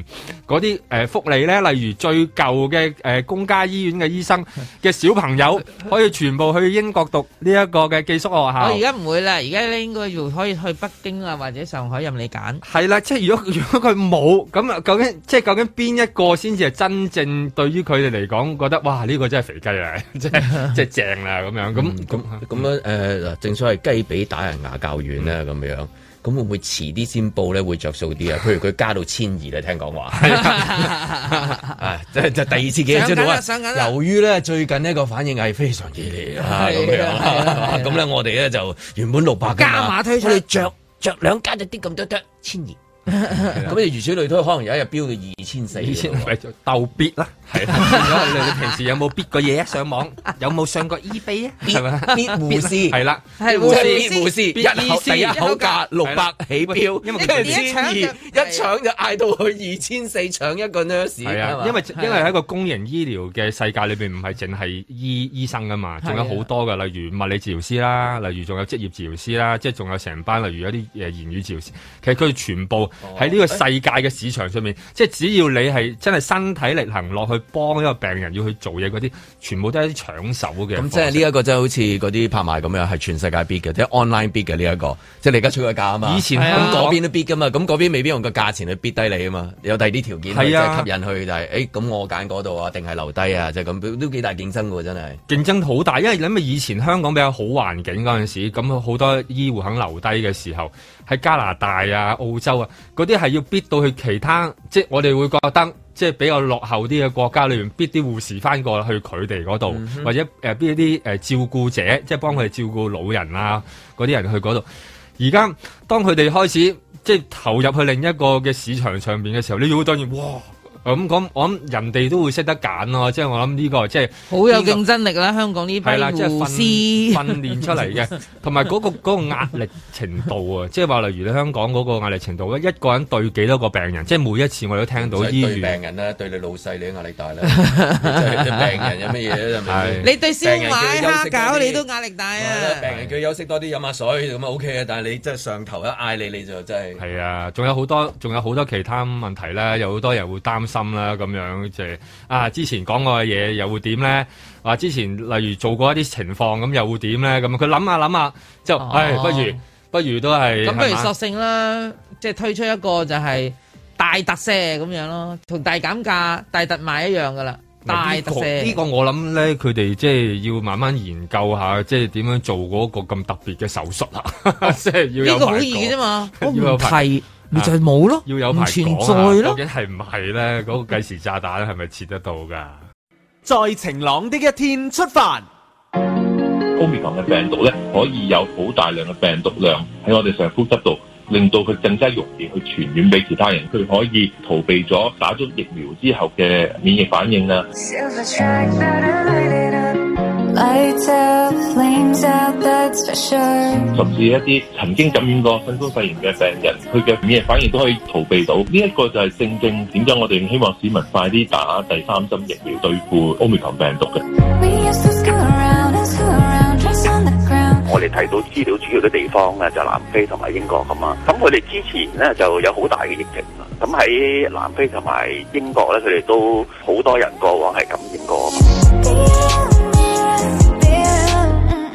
C: 嗰啲誒福利咧？例如最舊嘅誒、呃公家醫院嘅醫生嘅小朋 友，可以全部去英國讀呢一個嘅寄宿學
D: 我哦而
C: 校。
D: 家唔會啦，而家咧應該要可以去北京啊，或者上海任你揀。
C: 係啦，即係如果 如果佢冇咁啊，究竟即係究竟邊一個先至係真正對於佢哋嚟講覺得哇呢、個 真係肥雞啊，即係即係正啦咁樣
D: 嗯
C: 咁咁
B: 嗯咁樣誒，嗱正所謂雞髀打人牙較遠啦，咁樣。咁會唔會遲啲先報咧會着數 啲啊？譬如佢加到千二咧，聽講話， 啊，即係即係第二次幾日知道啊
D: 上緊啦上緊啦
B: 由於咧最近呢個反應係非常熱烈啊，咁樣 啊咁咧我哋咧就原本六百㗎嘛
D: 加碼推出
B: 我哋着着兩加就啲咁多得千二。啊咁你如此類推，可能有一日飆到二千四，
C: 以前 咪就鬥 b 啦，係 啦。如果你你平時有冇 b 過嘢啊？上網 有冇上過 eBay 啊？ 係咪
B: bid 護士
C: 係啦，
B: 係護士護士一口第 E 一口價六
C: 係
B: 百
C: 啦
B: 起標，因
C: 因
B: 為
C: 為
B: 千二一搶就嗌到去二千四搶一個 nurse，
C: 係啊，因為因為喺一個公營醫療嘅世界裏邊，唔係淨係醫醫生噶
B: 啊
C: 嘛，仲有好多嘅，例如物理治療
B: 嗯
C: 呃師啦，例如仲有職業治療師啦，即係仲有成班，例如有啲誒言語治療師，其實佢哋全部喺呢個世界嘅市場上面，即係只要你係真係身體力行落去幫一個病人要去做嘢嗰啲，全部都係一啲搶手嘅
B: 咁
C: 方式。
B: 即係呢一個真係好似嗰啲拍賣咁樣，係全世界 bid 嘅，即係 online bid 嘅呢一個，即係你而家出個價啊嘛。
C: 以前
B: 咁
C: 香港
B: 嗰邊都 bid 噶嘛，咁嗰邊未必用個價錢去 bid 低你啊嘛，有第二啲條件去即
C: 係啊
B: 係吸引佢，就係誒咁我揀嗰度啊，定係留低啊，就係咁都都幾大競爭喎，真係。
C: 競爭好大，因為你諗下以前香港比較好環境嗰陣時，咁好多醫護肯留低嘅時候，喺加拿大啊、澳洲啊嗰啲係要逼到去其他，即係我哋會覺得即係比較落後啲嘅國家裏面，逼啲護士翻過去佢哋嗰度，或者誒逼啲誒照顧者，即係幫佢哋照顧老人啊嗰啲人去嗰度。而家當佢哋開始即係投入去另一個嘅市場上面嘅時候，你要當然哇咁咁，我諗人哋都會識得揀咯，即係我諗呢、個即係
D: 好有
C: 呢個
D: 競爭力啦，香港呢批
C: 係啦，即係
D: 護
C: 訓
D: 師
C: 訓練出嚟 嘅，同埋嗰個嗰、個壓力程度啊，即係話例如你香港嗰個壓力程度啊咧，一個人對幾多個病人，即係每一次我都聽到
B: 就係
C: 醫
B: 對病
C: 院。
B: 人啦，對你老細你都壓力 大啦，對病人有乜嘢係咪
C: 係
D: 你對燒
B: 病人叫
D: 賣
B: 佢休
D: 哎蝦
B: 息
D: 餃
B: 多啲
D: 你都壓力大啊！
B: 病人叫佢休息多啲，飲下水咁啊 OK 啊，但係你真係上頭一嗌你，你就真係
C: 係啊，仲有好多，仲有好多其他問題啦，有好多人會擔心啦，咁樣即係啊，之前講過嘅嘢又會點咧？啊，之前例如做過一啲情況咁又會點咧？咁佢諗下諗下，就唉，不如不如都係
D: 哦咁不
C: 係
D: 如
C: 嘛
D: 索性啦，即係推出一個就係大特赦咁樣咯，同大減價、大特賣一樣噶啦，大
C: 嗱呢
D: 特
C: 個
D: 赦。
C: 呢個我諗咧，佢哋即係要慢慢研究下，即係點樣做嗰個咁特別嘅手術啊！ 即係要
D: 呢
C: 有
D: 個
C: 排
D: 好易嘅啫嘛，
C: 講
D: 我
C: 要有
D: 唔
C: 排
D: 提咪就係冇咯，
C: 要有
D: 唔
C: 排
D: 存
C: 講
D: 在
C: 啊究
D: 咯。
C: 竟係唔係咧？嗰、 個計時炸彈係咪切得到㗎？
E: 在晴朗的一天出發。
M: Omicron 嘅病毒咧，可以有好大量嘅病毒量喺我哋上呼吸道，令到佢更加容易去傳染俾其他人。佢可以逃避咗打咗疫苗之後嘅免疫反應啊。
N: Lights out, flames out, that's for sure.
M: 甚至一啲曾經感染過新冠肺炎嘅病人，佢嘅免疫反應都可以逃避到。呢、一個就係正正點解我哋希望市民快啲打第三針疫苗對付 Omicron 病毒嘅。
N: We used to school around and school around, drugs on the ground.
O: 我哋睇到資料主要嘅地方咧就係南非同埋英國咁啊，咁佢哋之前咧就有好大嘅疫情啦，咁喺南非同埋英國咧，佢哋都好多人過往係感染過啊嘛，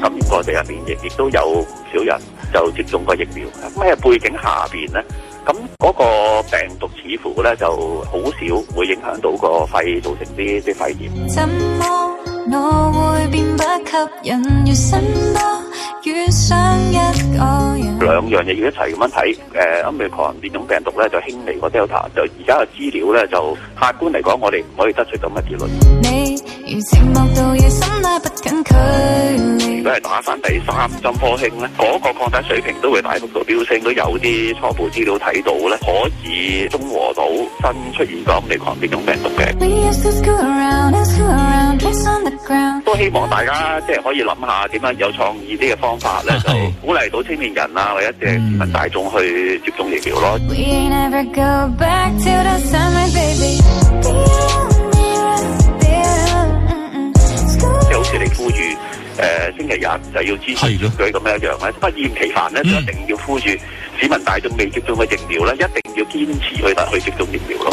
O: 感染過嘅人免疫亦都有唔少人就接種過疫苗，咁喺背景下邊咧，咁嗰個病毒似乎咧就好少會影響到個肺造成啲啲肺炎。
N: 怎麼我會變不吸引？越深多，越想一個人。
O: 兩樣嘢要一齊咁樣睇。誒、Omicron
F: ờ,
O: 呢種病毒咧就輕微過 Delta，就而家嘅資料咧就客觀嚟講，我哋唔可以得出咁嘅結論。
N: 你如寂寞到夜深拉不近距離。
O: 如果係打翻第三針科興咧，嗰、個抗體水平都會大幅度飆升，都有啲初步資料睇到咧，可以中和到新出現嘅 Omicron 呢種病毒嘅。
N: We used to school around and school around, drugs on the ground.
O: 都希望大家即係可以諗下點樣有創意啲嘅方法咧，就鼓勵到青年人啊，或者即係市民大眾去接種疫苗咯。
N: We ain't ever go back to the summer, baby.
O: 即係好似你呼籲誒、呃星期日就要支持選舉咁樣一樣咧，不厭其煩咧，就一定要呼籲市民大眾未接種嘅疫苗咧，一定要堅持去去接種疫苗咯。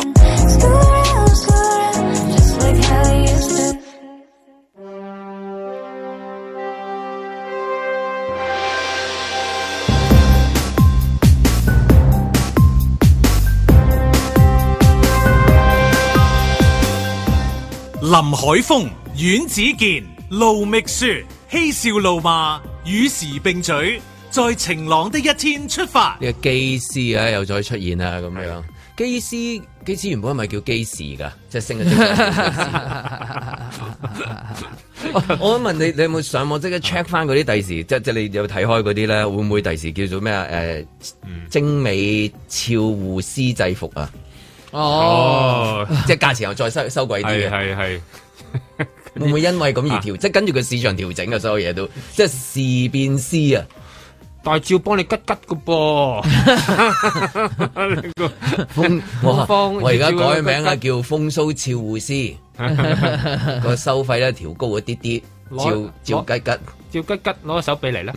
N: Just like how you used to.
A: 林海峰、阮子健、盧覓雪，嬉笑怒罵，與時並舉，在晴朗的一天出發。
B: 呢個機師啊，又再出現啦咁樣。機師機師原本係咪叫機士噶？即係升咗 職。我我問你，你有冇上網即刻 check 翻嗰啲第時，即即你有睇開嗰啲咧，會唔會第時叫做咩啊？誒、
C: 嗯
B: 精美俏護師制服 啊！
C: 哦，
B: 即係價錢又再收收貴啲嘅，
C: 係啊係。
B: 會唔會因為咁而調？即係跟住個市場調整嘅所有嘢都，即係事變師啊！
C: 但係照幫你吉吉嘅 噃，
B: 風我
C: 幫
B: 我而家改名啦，叫風騷俏護師，個收費咧調高咗啲啲，
C: 攞
B: 照照吉吉，
C: 照吉吉攞手俾嚟啦。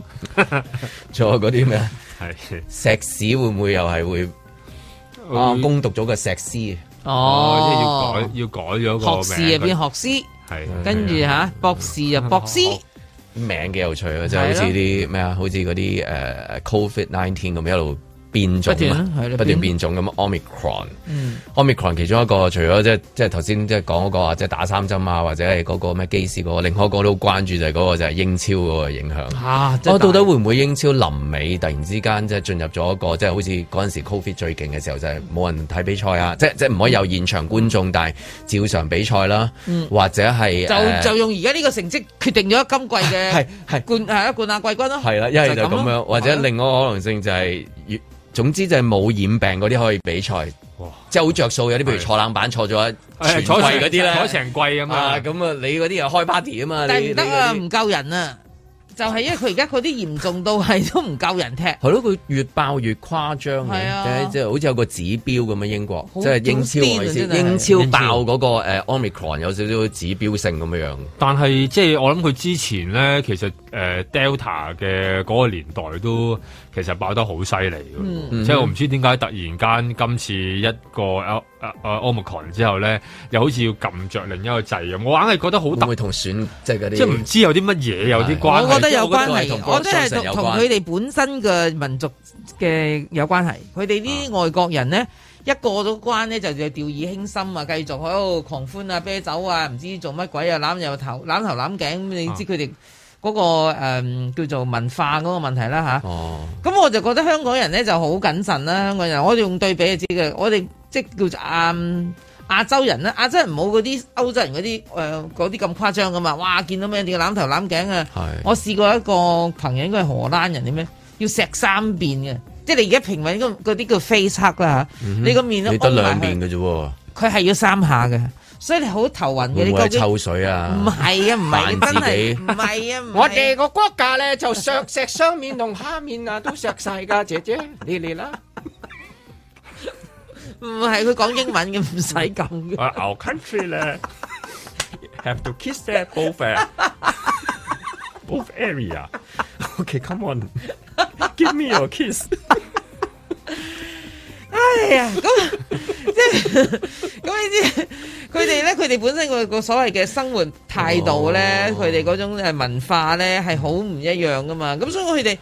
B: 仲有嗰啲咩啊
C: 係
B: 石屎會唔會又係會啊，
D: 哦
B: 攻讀咗個碩師。
C: 哦，即係要改要改咗個
D: 學士啊
C: 名
D: 變學師，
C: 係
D: 跟住吓博士啊博師，
B: 名幾有趣啊！就係好似啲咩啊，好似嗰啲誒 Covid nineteen 咁一路變種
D: 不斷
B: 啊
D: 啊係
B: 不
D: 啦
B: 斷
D: 變
B: 變種咁 Omicron。
D: 嗯
B: Omicron 其中一個，除咗即係即係頭先即係講嗰個啊，即係打三針啊，或者係嗰個咩機師嗰個，另外一個都好關注就係嗰個就係英超嗰個影響。
D: 啊，
B: 我哦到底會唔會英超臨尾突然之間即係進入咗一個即係好似嗰陣時 Covid 最勁嘅時候就係冇人睇比賽啊，即係即係唔可以有現場觀眾，但係照常比賽啦，
D: 嗯
B: 或者係誒
D: 就就用而家呢個成績決定咗今季嘅
B: 係係
D: 冠係啊冠亞季軍咯，
B: 係啦，一係就
D: 咯
B: 咁樣，或者另外一個可能性就係、越總之就係冇染病嗰啲可以比賽，即係好着數。有啲譬如坐冷板坐咗全
C: 誒
B: 季
C: 坐成
B: 嗰啲咧，
C: 坐成季咁啊
B: 咁啊你嗰啲又開 party 啊嘛，
D: 但係
B: 你
D: 唔得啊，
B: 你嗰啲
D: 唔夠人啊，就係因為佢而家嗰啲嚴重到係啊都唔夠人踢。
B: 係咯，佢越爆越誇張
D: 係啊
B: 嘅，即係好似有個指標咁樣啊英國，
D: 好
B: 即係英超
D: 好癲啊
B: 係咪先？
D: 真係
B: 英超爆嗰個誒 omicron 有少少指標性咁樣樣。
C: 但係即係我諗佢之前咧，其實誒、呃 Delta 嘅嗰個年代都其實爆得好犀利嘅，
E: 嗯
C: 即係我唔知點解突然間今次一個誒誒 Omicron 之後咧，又好似要撳着另一個掣咁，我硬係覺得好特
B: 會同選即係嗰啲
C: 即係唔知有啲乜嘢有啲關係，
D: 我覺得有關
C: 即
D: 係
C: 係，
D: 我
C: 我覺
D: 覺得
C: 得
D: 係
C: 係
D: 同
C: 同
D: 同佢哋本身嘅民族嘅有關係。佢哋啲外國人呢，一過到關呢，就就掉以輕心啊，繼續喺度狂歡啊、啤酒啊，唔知做乜鬼啊，攬又頭攬頭攬頸，咁你知佢哋嗰個、誒叫做文化嗰個問題啦吓。
B: 哦，
D: 咁我就覺得香港人咧就好謹慎啦，香港人，我哋用對比就知嘅，我哋即係叫做嗯亞洲人啦，亞洲人冇嗰啲歐洲人嗰啲誒嗰啲咁誇張噶嘛，哇！見到咩你要攬頭攬頸啊！我試過一個朋友應該係荷蘭人點咩，要錫三遍嘅，即係你而家平穩嗰嗰啲叫 face hug 啦嚇，
B: 嗯哼
D: 你個面都
B: 你得
D: 拱埋
B: 兩
D: 去
B: 面嘅啫喎，
D: 佢係要三下嘅，所以你好頭暈嘅，
B: 會
D: 你
B: 唔會
D: 究
B: 係
D: 竟
B: 抽水啊？
D: 唔係啊，唔係
B: 扮
D: 真
B: 自
D: 係
B: 己
D: 唔係啊，唔係
P: 我哋個國家咧就削石雙面同蝦面啊，都削晒㗎，姐姐你嚟啦。
D: 唔係佢講英文嘅，唔使 咁嘅。
E: Our country 咧 have to kiss that both uh, both area. Okay, come on, give me your kiss.
D: 哎呀，咁即係咁你知佢哋咧，佢哋本身個個所謂嘅生活態度咧，佢哋嗰種誒文化咧係好唔一樣噶嘛，咁所以佢哋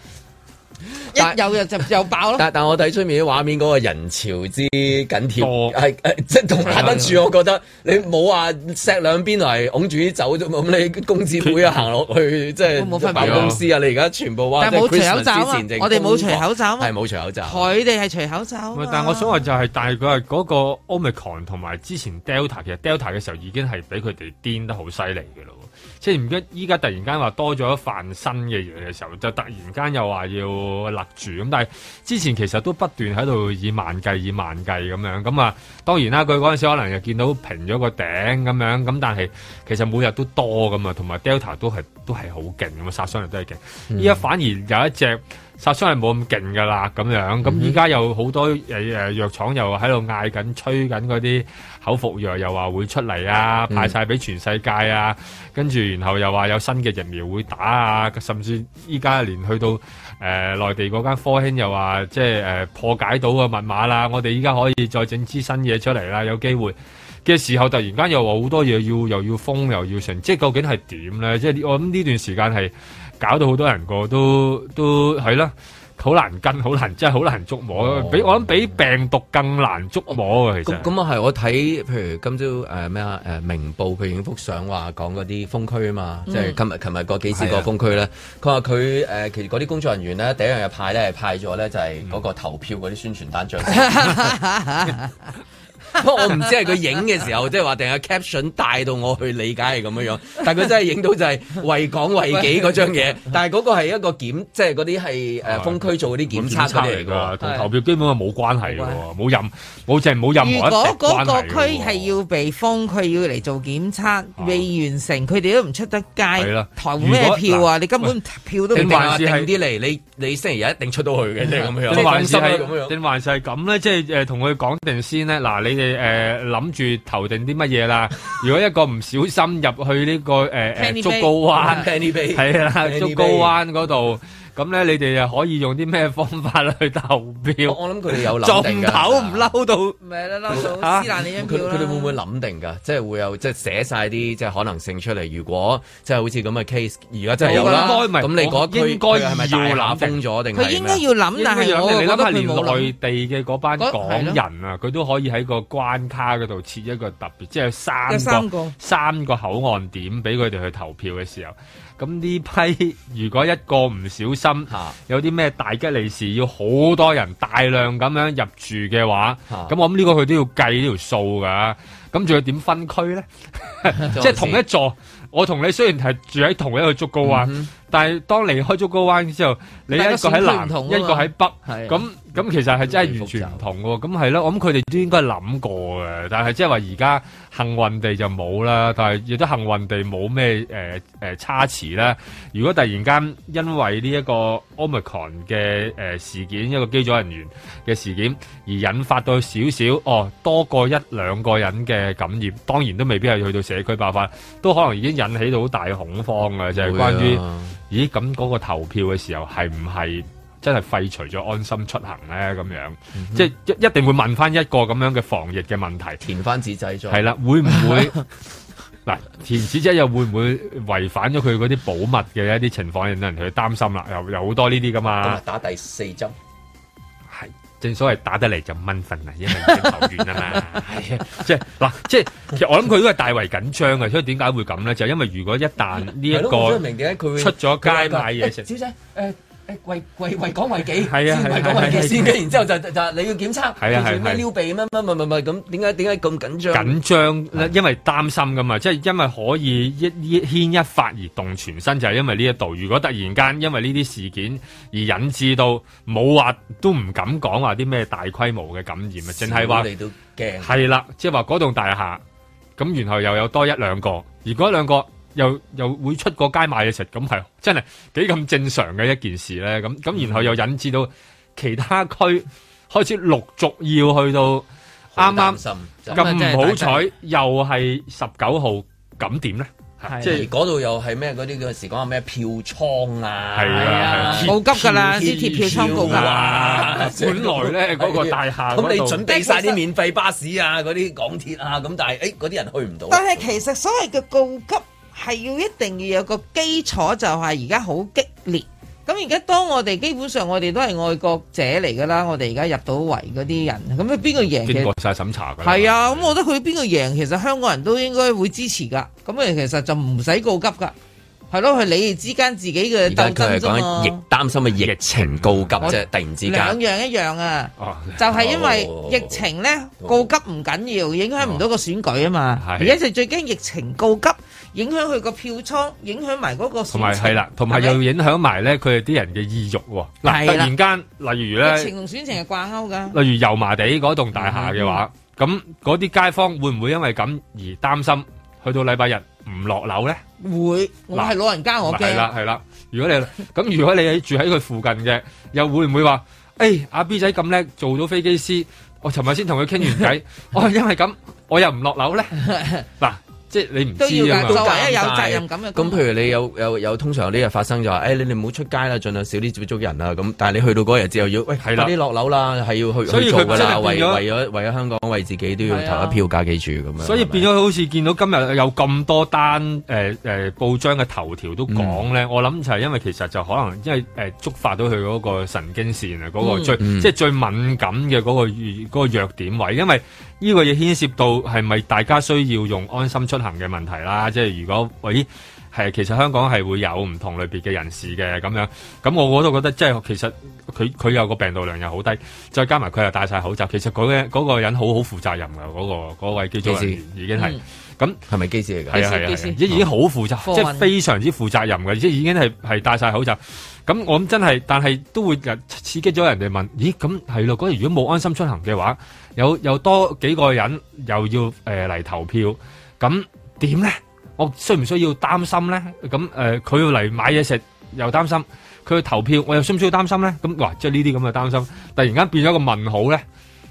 D: 一有就就爆咯。
B: 但但我睇出面啲畫面嗰個人潮之緊貼，係係即係同打得住，我覺得你冇話錫兩邊嚟擁住啲酒啫嘛，咁你公子會啊行落去，即係
D: 冇分別
B: 辦公司啊，你而家全部哇，
D: 但係冇
B: 即係
D: 除口罩啊
B: Christmas 之前正
D: 我哋冇除口罩啊
B: 係冇除口罩。
D: 佢哋係除口罩啊嘛，
C: 但係我想話就係、但係佢係嗰個 Omicron 同埋之前 Delta，其實 Delta 嘅時候已經係俾佢哋癲得好犀利嘅咯。即係而家依家突然間話多咗一份新嘅嘢嘅時候，就突然間又話要勒住咁，但係之前其實都不斷喺度以萬計以萬計咁樣咁啊。當然啦，佢嗰陣時可能又見到平咗個頂咁樣咁，但係其實每日都多咁啊，同埋 Delta 都係都係好勁咁啊，殺傷力都係勁。
E: 嗯
C: 依家、反而有一隻殺傷力冇咁勁㗎啦，咁樣咁依家有好多誒誒、呃藥廠又喺度嗌緊、吹緊嗰啲口服藥，又話會出嚟啊，
E: 嗯
C: 派晒俾全世界啊，跟住然後又話有新嘅疫苗會打啊，甚至依家連去到誒、呃、內地嗰間科興又話即係誒、呃破解到個密碼啦，我哋依家可以再整支新嘢出嚟啦，有機會。嘅時候，突然間又話好多嘢要又要封又要成，即係究竟係點咧？即係我諗呢段時間係搞到好多人個都都係啦，好難跟，好難真係好難捉摸。比我諗比病毒更難捉摸啊！其實
B: 咁咁啊係，我睇譬如今朝誒咩啊誒明報佢影幅相話講嗰啲封區啊嘛，
E: 嗯
B: 即係琴日琴日嗰幾次
E: 係
B: 個
E: 啊
B: 封區咧，佢話佢誒其實嗰啲工作人員咧第一樣嘢派咧係派咗咧就係嗰個投票嗰啲宣傳單張。不過我唔知係佢影嘅時候，即係話定係 caption 帶到我去理解係咁樣樣，但係佢真係影到就係為港為己嗰張嘢，但係嗰個係一個檢，即係嗰啲係誒封區做嗰啲檢測嗰啲嚟㗎
C: 㗎，同投票基本係冇關係嘅喎，冇任冇淨係冇任
D: 如
C: 何一
D: 果
C: 滴
D: 嗰
C: 關
D: 個
C: 係
D: 區
C: 嘅喎。
D: 係要被封，佢要嚟做檢測，未完成，佢哋都唔出得街
B: 啦，
D: 投咩票
B: 如果
D: 啊？
B: 嗱
D: 你根本
B: 喂
D: 票都
B: 定
D: 唔
B: 定話
D: 得。
B: 啊定啲嚟，你你星期日一定出到去嘅，即係咁樣。
C: 定還
B: 放
C: 是
B: 心啦
C: 嗯係
B: 咁樣。
C: 定還是係咁咧？即係誒，同佢講定先咧。嗱，你哋誒諗住投定啲乜嘢 啦？如果一個唔小心入去呢個誒誒
E: Penny
C: 竹篙灣
E: Bay，Penny Bay，
C: 係啦，啊
E: Penny
C: 竹篙灣嗰度。咁咧，你哋又可以用啲咩方法去投票？
B: 我諗佢哋有諗定
C: 仲
B: 㗎
C: 唞唔嬲到，
D: 咪啦，
B: 啊
D: 嬲到撕爛你張
B: 佢
D: 票啦！
B: 佢哋會唔會諗定㗎？即係會有即係寫晒啲即係可能性出嚟。如果即係好似咁嘅 case，而家真係有啦。
C: 我覺得
B: 咁
C: 啊應該
B: 你嗰區
C: 應該
B: 佢係咪大
C: 要
B: 廈
C: 諗定
B: 封咗定係啊
D: 佢應該要諗，但係我
C: 你
D: 覺
C: 諗
D: 得
C: 下，
D: 佢
C: 連
D: 冇
C: 內
D: 諗。
C: 地嘅嗰班
D: 嗰
C: 港
D: 係咯
C: 人啊，佢都可以喺個關卡嗰度設一個特別，即係三
D: 有
C: 個
D: 三個
C: 三個口岸點俾佢哋去投票嘅時候。咁呢批如果一個唔小心，有啲咩大吉利是，要好多人大量咁樣入住嘅話，
B: 嚇
C: 咁我諗呢個佢都要計呢條數㗎。咁仲要點分區咧？即係同一座，我同你雖然係住喺同一個竹篙灣，但係當離開竹篙灣之後，你一個喺南，
B: 嗯大家選區唔同啊嘛
C: 一個喺北，
B: 係啊
C: 咁咁其實係真係完全唔同喎。咁係咯，我諗佢哋都應該諗過嘅，但係即係話而家幸運地就冇啦，但係亦都幸運地冇咩誒誒差池啦。如果突然間因為呢一個 Omicron 嘅誒、呃事件，一個機組人員嘅事件而引發到少少哦多過一兩個人嘅感染，當然都未必係去到社區爆發，都可能已經引起到好大恐慌啊！就係、
B: 會啊
C: 關於。咦咁嗰個投票嘅時候係唔係真係廢除咗安心出行咧？咁樣、
B: 嗯
C: 即係一一定會問翻一個咁樣嘅防疫嘅問題，
B: 填翻紙仔咗
C: 係啦，會唔會 嗱填紙仔又會唔會違反咗佢嗰啲保密嘅一啲情況，令到人哋去擔心啦？又有好多呢啲噶
B: 今日
C: 嘛。
B: 啊打第四針，
C: 正所謂打得嚟就蚊瞓啊，因為已經投完啊 嘛，係啊，即係嗱，即係其實我諗佢都係大為緊張嘅，所以點解會咁咧？就因為如果一旦呢一
B: 係咯我真係唔明點解佢
C: 個
B: 會
C: 出咗街
B: 佢話
C: 買嘢食
B: 誒，小姐誒誒為為為港為己，
C: 係啊係
B: 先
C: 啊
B: 為港為
C: 係啊
B: 己
C: 係啊
B: 先，跟住然之後就就就你要檢測，
C: 係啊
B: 跟
C: 係啊
B: 住咩撩鼻乜乜乜乜乜咁，點解點解咁緊張？
C: 緊
B: 嗯
C: 張，因為擔心噶嘛，即係因為可以一一牽一發而動全身，就係、因為呢一度。如果突然間因為呢啲事件而引致到冇話都唔敢講話啲咩大規模嘅感染啊，淨係話
B: 你都驚
C: 係啦，即係話嗰棟大廈咁，然後又有多一兩個，而嗰一兩個又又會出個街買嘢食，咁係真係幾咁正常嘅一件事咧。咁咁然後又引致到其他區開始陸續要去到。啱
B: 擔
C: 啱
B: 心啊
C: 咁唔好彩，又係十九號，咁點咧？
B: 即係嗰度又係咩嗰啲嗰時講係咩票倉啊，
C: 係啊係啊
D: 好急㗎啦啲鐵票倉告㗎
B: 啊
C: 本來咧嗰個大廈嗰度
B: 咁你準備晒啲免費巴士啊，嗰啲港鐵啊，咁但係誒嗰啲人去唔到。啊
D: 但係其實所謂嘅告急係要一定要有個基礎，就係而家好激烈。咁而家當我哋基本上我哋都係愛國者嚟㗎啦，我哋而家入到圍嗰啲人，咁啊邊個
C: 經
D: 贏嘅
C: 過？晒審查㗎啦。
D: 係啊，咁我覺得佢邊個贏，其實香港人都應該會支持㗎。咁誒，其實就唔使告急㗎，係咯，係你哋之間自己嘅
B: 而家
D: 鬥爭
B: 佢係
D: 啫
B: 講疫
D: 嘛。
B: 擔心嘅疫情告急
D: 我
B: 啫，突然之
D: 兩
B: 間。
D: 樣一樣啊，
C: 哦
D: 就係因為疫情咧告急唔緊要，影響唔到個選舉啊嘛。而家就最驚疫情告急，影響佢個票倉，影響埋嗰個選情
C: 同埋係啦，同埋又影響埋咧佢哋啲人嘅意欲喎。嗱，
D: 係
C: 突
D: 啦
C: 然間，例如
D: 疫情
C: 咧，
D: 同選情係掛鈎㗎。
C: 例如油麻地嗰棟大廈嘅話，咁嗰啲街坊會唔會因為咁而擔心去到禮拜日唔落樓咧？
D: 會，我係老人家，我
C: 啊係啦
D: 驚。
C: 係啦，如果你咁，如果你喺住喺佢附近嘅，又會唔會話？誒、阿 B 仔咁叻，做到飛機師，我尋日先同佢傾完 偈，我因為咁，我又唔落樓咧。嗱，即係你唔
D: 都
C: 知
D: 要
C: 啊
D: 㗎，作
C: 嘛。
D: 為一有責任感嘅公
B: 咁
D: 民
B: 譬如你有有有通常有啲嘢發生就話，誒、哎你哋唔好出街啦，盡量少啲接觸人啦。咁但係你去到嗰日之後要，喂，快
C: 啦
B: 啲落樓啦，係要去
C: 所以
B: 去
C: 佢
B: 做㗎
C: 真
B: 啦，
C: 係
B: 為
C: 變咗
B: 為咗為咗香港，為自己都要
C: 係啊
B: 投一票㗎，記住咁樣。
C: 所以變咗好似見到今日有咁多單誒誒、呃呃、報章嘅頭條都講
B: 嗯
C: 咧，我諗就係因為其實就可能因為誒、呃、觸發到佢嗰個神經線啊，嗰、個
B: 嗯
C: 最、
B: 嗯
C: 即係最敏感嘅嗰、個嗰、個弱點位，因為呢個嘢牽涉到係咪大家需要用安心出行嘅問題啦，即係如果喂。係其實香港係會有唔同類別嘅人士嘅咁樣，咁我我都覺得即係其實佢佢有個病毒量又好低，再加埋佢又戴晒口罩，其實嗰、個嗰個人好好負責任㗎，嗰、個嗰位機組人員已經係
B: 嗯
C: 咁
B: 係咪機師
C: 係
B: 嚟㗎
C: 啊
B: 機師
C: 係啊
B: 機
C: 係
B: 師
C: 啊，已經好負責，
B: 貨運
C: 即係非常之負責任嘅，即係已經係係戴晒口罩。咁我諗真係，但係都會人刺激咗人哋問，咦咁係咯？嗰日如果冇安心出行嘅話，有有多幾個人又要誒嚟、投票，咁點咧？我需唔需要擔心咧？咁誒，呃佢、要嚟買嘢食又擔心，佢去投票我又需唔需要擔心咧？咁哇，即係呢啲咁嘅擔心，突然間變咗個問號咧。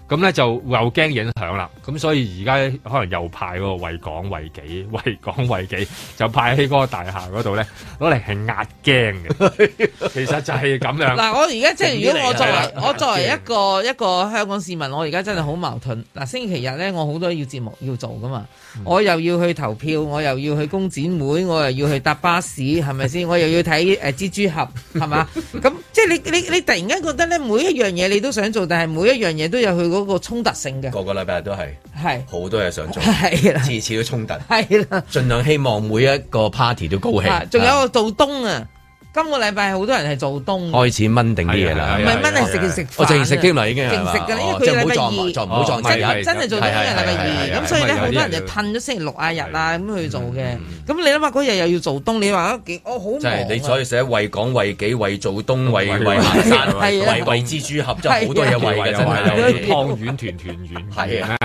C: 咁咧就又驚影響啦，咁所以而家可能又派嗰個為港為己、為港為己，就派喺嗰個大廈嗰度咧，攞嚟係壓驚嘅。其實就係咁樣。
D: 嗱，我而家即係如果我作
C: 係啦
D: 為我作為一個一個香港市民，我而家真係好矛盾。嗱，星期日咧，我好多要節目要做噶嘛，我又要去投票，我又要去工展會，我又要去搭巴士，係咪先？我又要睇誒蜘蛛俠，係嘛？咁即係你你你突然間覺得咧，每一樣嘢你都想做，但係每一樣嘢都有佢嗰個衝突性嘅，
B: 個個禮拜日都係
D: 係
B: 好多嘢想做，
D: 係啦
B: 次次都衝突，
D: 係啦。
B: 盡量希望每一個 party 都高
D: 啊
B: 興。
D: 仲有一個做冬啊，今個禮拜好多人係做冬。
B: 開始掹定啲嘢啦，
D: 唔係蚊係食食飯啊，
B: 我淨係食添啦已經係
D: 淨
B: 嘛
D: 食㗎啦，因
B: 哦
D: 為
B: 即係
D: 佢
B: 唔好
D: 禮
B: 撞埋
D: 拜
B: 撞唔
D: 二，
B: 好撞正日
D: 真真係做到因為禮拜
B: 係係
D: 二，
B: 係
D: 咁所以咧
B: 係
D: 好多
B: 有啲
D: 人就褪咗星期六啊日啦咁去做嘅。咁你諗下嗰日又要做冬，你話啊幾我好
B: 嗯即
D: 忙
B: 係
D: 啊
B: 你 所以寫為港為己為做東嗯為為行山為為蜘蛛俠，真啊係好啊多嘢為嘅真係。
C: 湯圓團團圓
B: 係啊，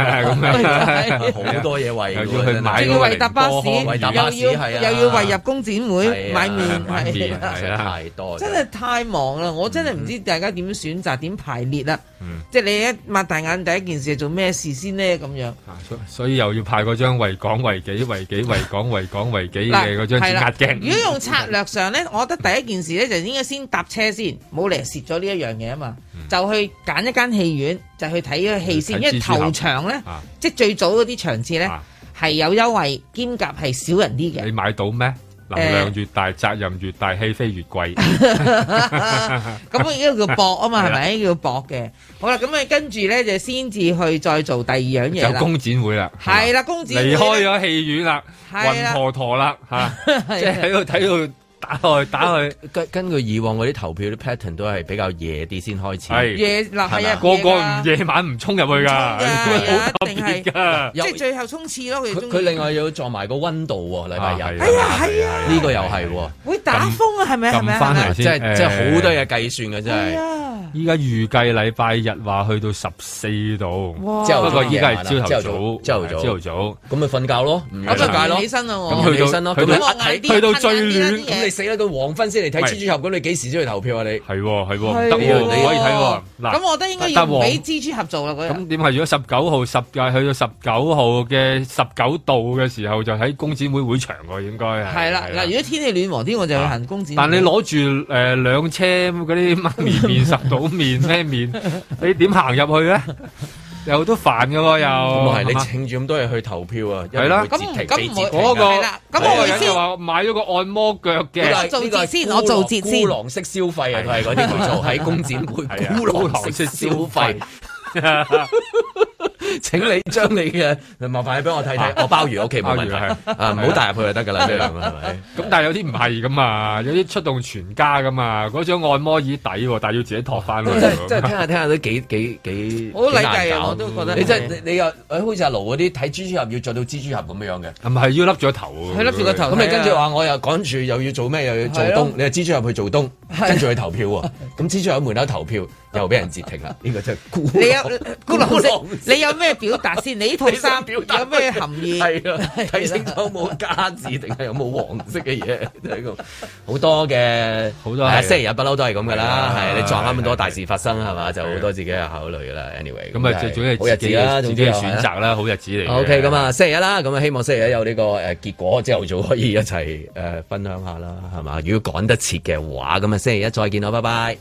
C: 咁樣
B: 好多嘢為
C: 又要去買
D: 仲要
B: 啊
D: 為搭巴士，
B: 為搭巴士
D: 又要
B: 係啊，
D: 又要為入工展會買面，係啊
B: 係嗯太多。
D: 真係太忙啦！我真係唔知大家點樣選擇、點排列啦。
C: 嗯
D: 即係你一擘大眼，第一件事係做咩事先呢？咁樣
C: 所以又要派嗰張為港為己、為己為港為港為己嘅嗰張
D: 係
C: 紙
D: 啦
C: 壓驚。
D: 如果用策略上咧，我覺得第一件事咧就應該先搭車先，冇理由蝕咗呢一樣嘢啊嘛。
C: 嗯
D: 就去揀一間戲院，就去睇個戲先，
P: 睇
D: 因為
P: 蜘蛛俠
D: 頭場咧
C: 啊，
D: 即係最早嗰啲場次咧係有優惠，兼夾係少人啲嘅。
C: 你買到咩？能量越大，責任越大，戲飛越貴。
D: 咁 啊，呢個叫搏啊嘛，係
C: 係啦
D: 咪？呢個叫搏嘅。好啦，咁啊，跟住咧就先至去再做第二樣嘢
C: 有
D: 啦。
C: 工展會啦，
D: 係啦，公子
C: 離開 咗戲院啦，
D: 係
C: 暈
D: 啦
C: 陀陀啦，嚇，即係喺度睇到打落去打去。
B: 根根據以往嗰啲投票啲 pattern 都係比較夜啲先開
C: 係
B: 始，
D: 夜嗱係啊
C: 個個唔
D: 夜㗎
C: 夜晚唔衝入去㗎，好特
D: 一定
C: 別
D: 係
C: 㗎。
D: 即係最後衝刺咯。佢
B: 佢
D: 中
B: 佢
D: 意
B: 另外要撞埋個温度喎，禮拜日。
C: 係
D: 啊係
B: 啊，呢個又係喎。
D: 會打風啊，係咪？係咪？
C: 撳返
D: 係咪啊
C: 嚟
B: 即
C: 先
B: 係即係
C: 誒
B: 好多嘢計算嘅真係。
C: 依家預計禮拜日話去到十四度，
B: 哇
C: 不過依家係
B: 朝
C: 朝
B: 頭
C: 頭早，
B: 早
C: 朝頭早，
B: 咁咪瞓覺咯，唔
D: 我就
B: 街咯
D: 哦唔起身啦我
B: 咁去
C: 唔
B: 到
C: 起身咯
B: 去
C: 啊咁
B: 到
C: 我晏啲去到最暖晏啲
B: 咁你死啦！到黃昏先嚟睇蜘蛛俠，咁你幾時先去投票啊？你
C: 係喎係喎，
D: 係
C: 唔得喎，唔可以睇喎。嗱
D: 咁我覺得應該要
C: 但
D: 唔
C: 黃
D: 俾蜘蛛俠做啦嗰日
C: 咁。點係？如果十九號十嘅去到十九號嘅十九度嘅時候，就喺工展會會場喎，應該係。啊
D: 係啦，嗱，如果天氣暖和啲，我就去行公展。
C: 但你攞住誒兩車嗰啲媽咪麵、十到麵咩麵，你點行入去咧？又都煩嘅喎，又
B: 咁係你
C: 係嘛
B: 請住咁多人去投票啊？
C: 係啦，嗰個嗰個人又話買咗個按摩腳 嘅，
B: 孤狼式消費啊，佢係嗰啲叫 做喺工展會啊孤狼式消 費。請你將你嘅麻煩你俾我睇 睇，我鮑魚 OK 冇問題啊，唔好帶入去就得㗎啦，呢樣係咪？
C: 咁但係有啲唔係噶嘛，有啲出動全家噶嘛，嗰張按摩椅抵喎，但係要自己托翻
B: 真係真係聽下聽下都幾幾幾
C: 好禮計啊
B: 幾難搞
C: 我都覺得
B: 你真係你你又誒好似阿盧嗰啲睇蜘蛛俠要做到蜘蛛俠咁樣嘅，
C: 係咪要笠住個頭？
B: 佢笠住個頭咁
D: 啊
B: 你跟住話我又趕住又要做咩又要做
C: 係咯
B: 東，你又蜘蛛俠去做東，跟住去投票喎，咁蜘蛛俠喺門口投票又俾人截停啦，呢個真係孤
D: 你有孤狼式
B: 狼，
D: 你有咩表達先？你呢套衫有咩含義？
B: 係啊，睇清楚有冇加字定係有冇黃色嘅嘢，真係咁好多嘅，好
C: 多係
B: 星期日不嬲都係咁噶啦，
C: 係啊
B: 係你撞啱咁多大事發生係嘛，就好多自己嘅考慮㗎啦。anyway，
C: 咁啊，
B: 就
C: 最
B: 係
C: 主要
B: 好日
C: 係自
B: 子
C: 己
B: 啦，
C: 嘅自己嘅
B: 總之係
C: 選擇。啦，好日子嚟嘅。
B: O K，咁啊，星期一啦，咁啊，希望星期一有呢個誒結果，朝頭早呃可以一齊誒分享下啦，係嘛？如果趕得切嘅話，咁啊，星期一再見啦，拜拜。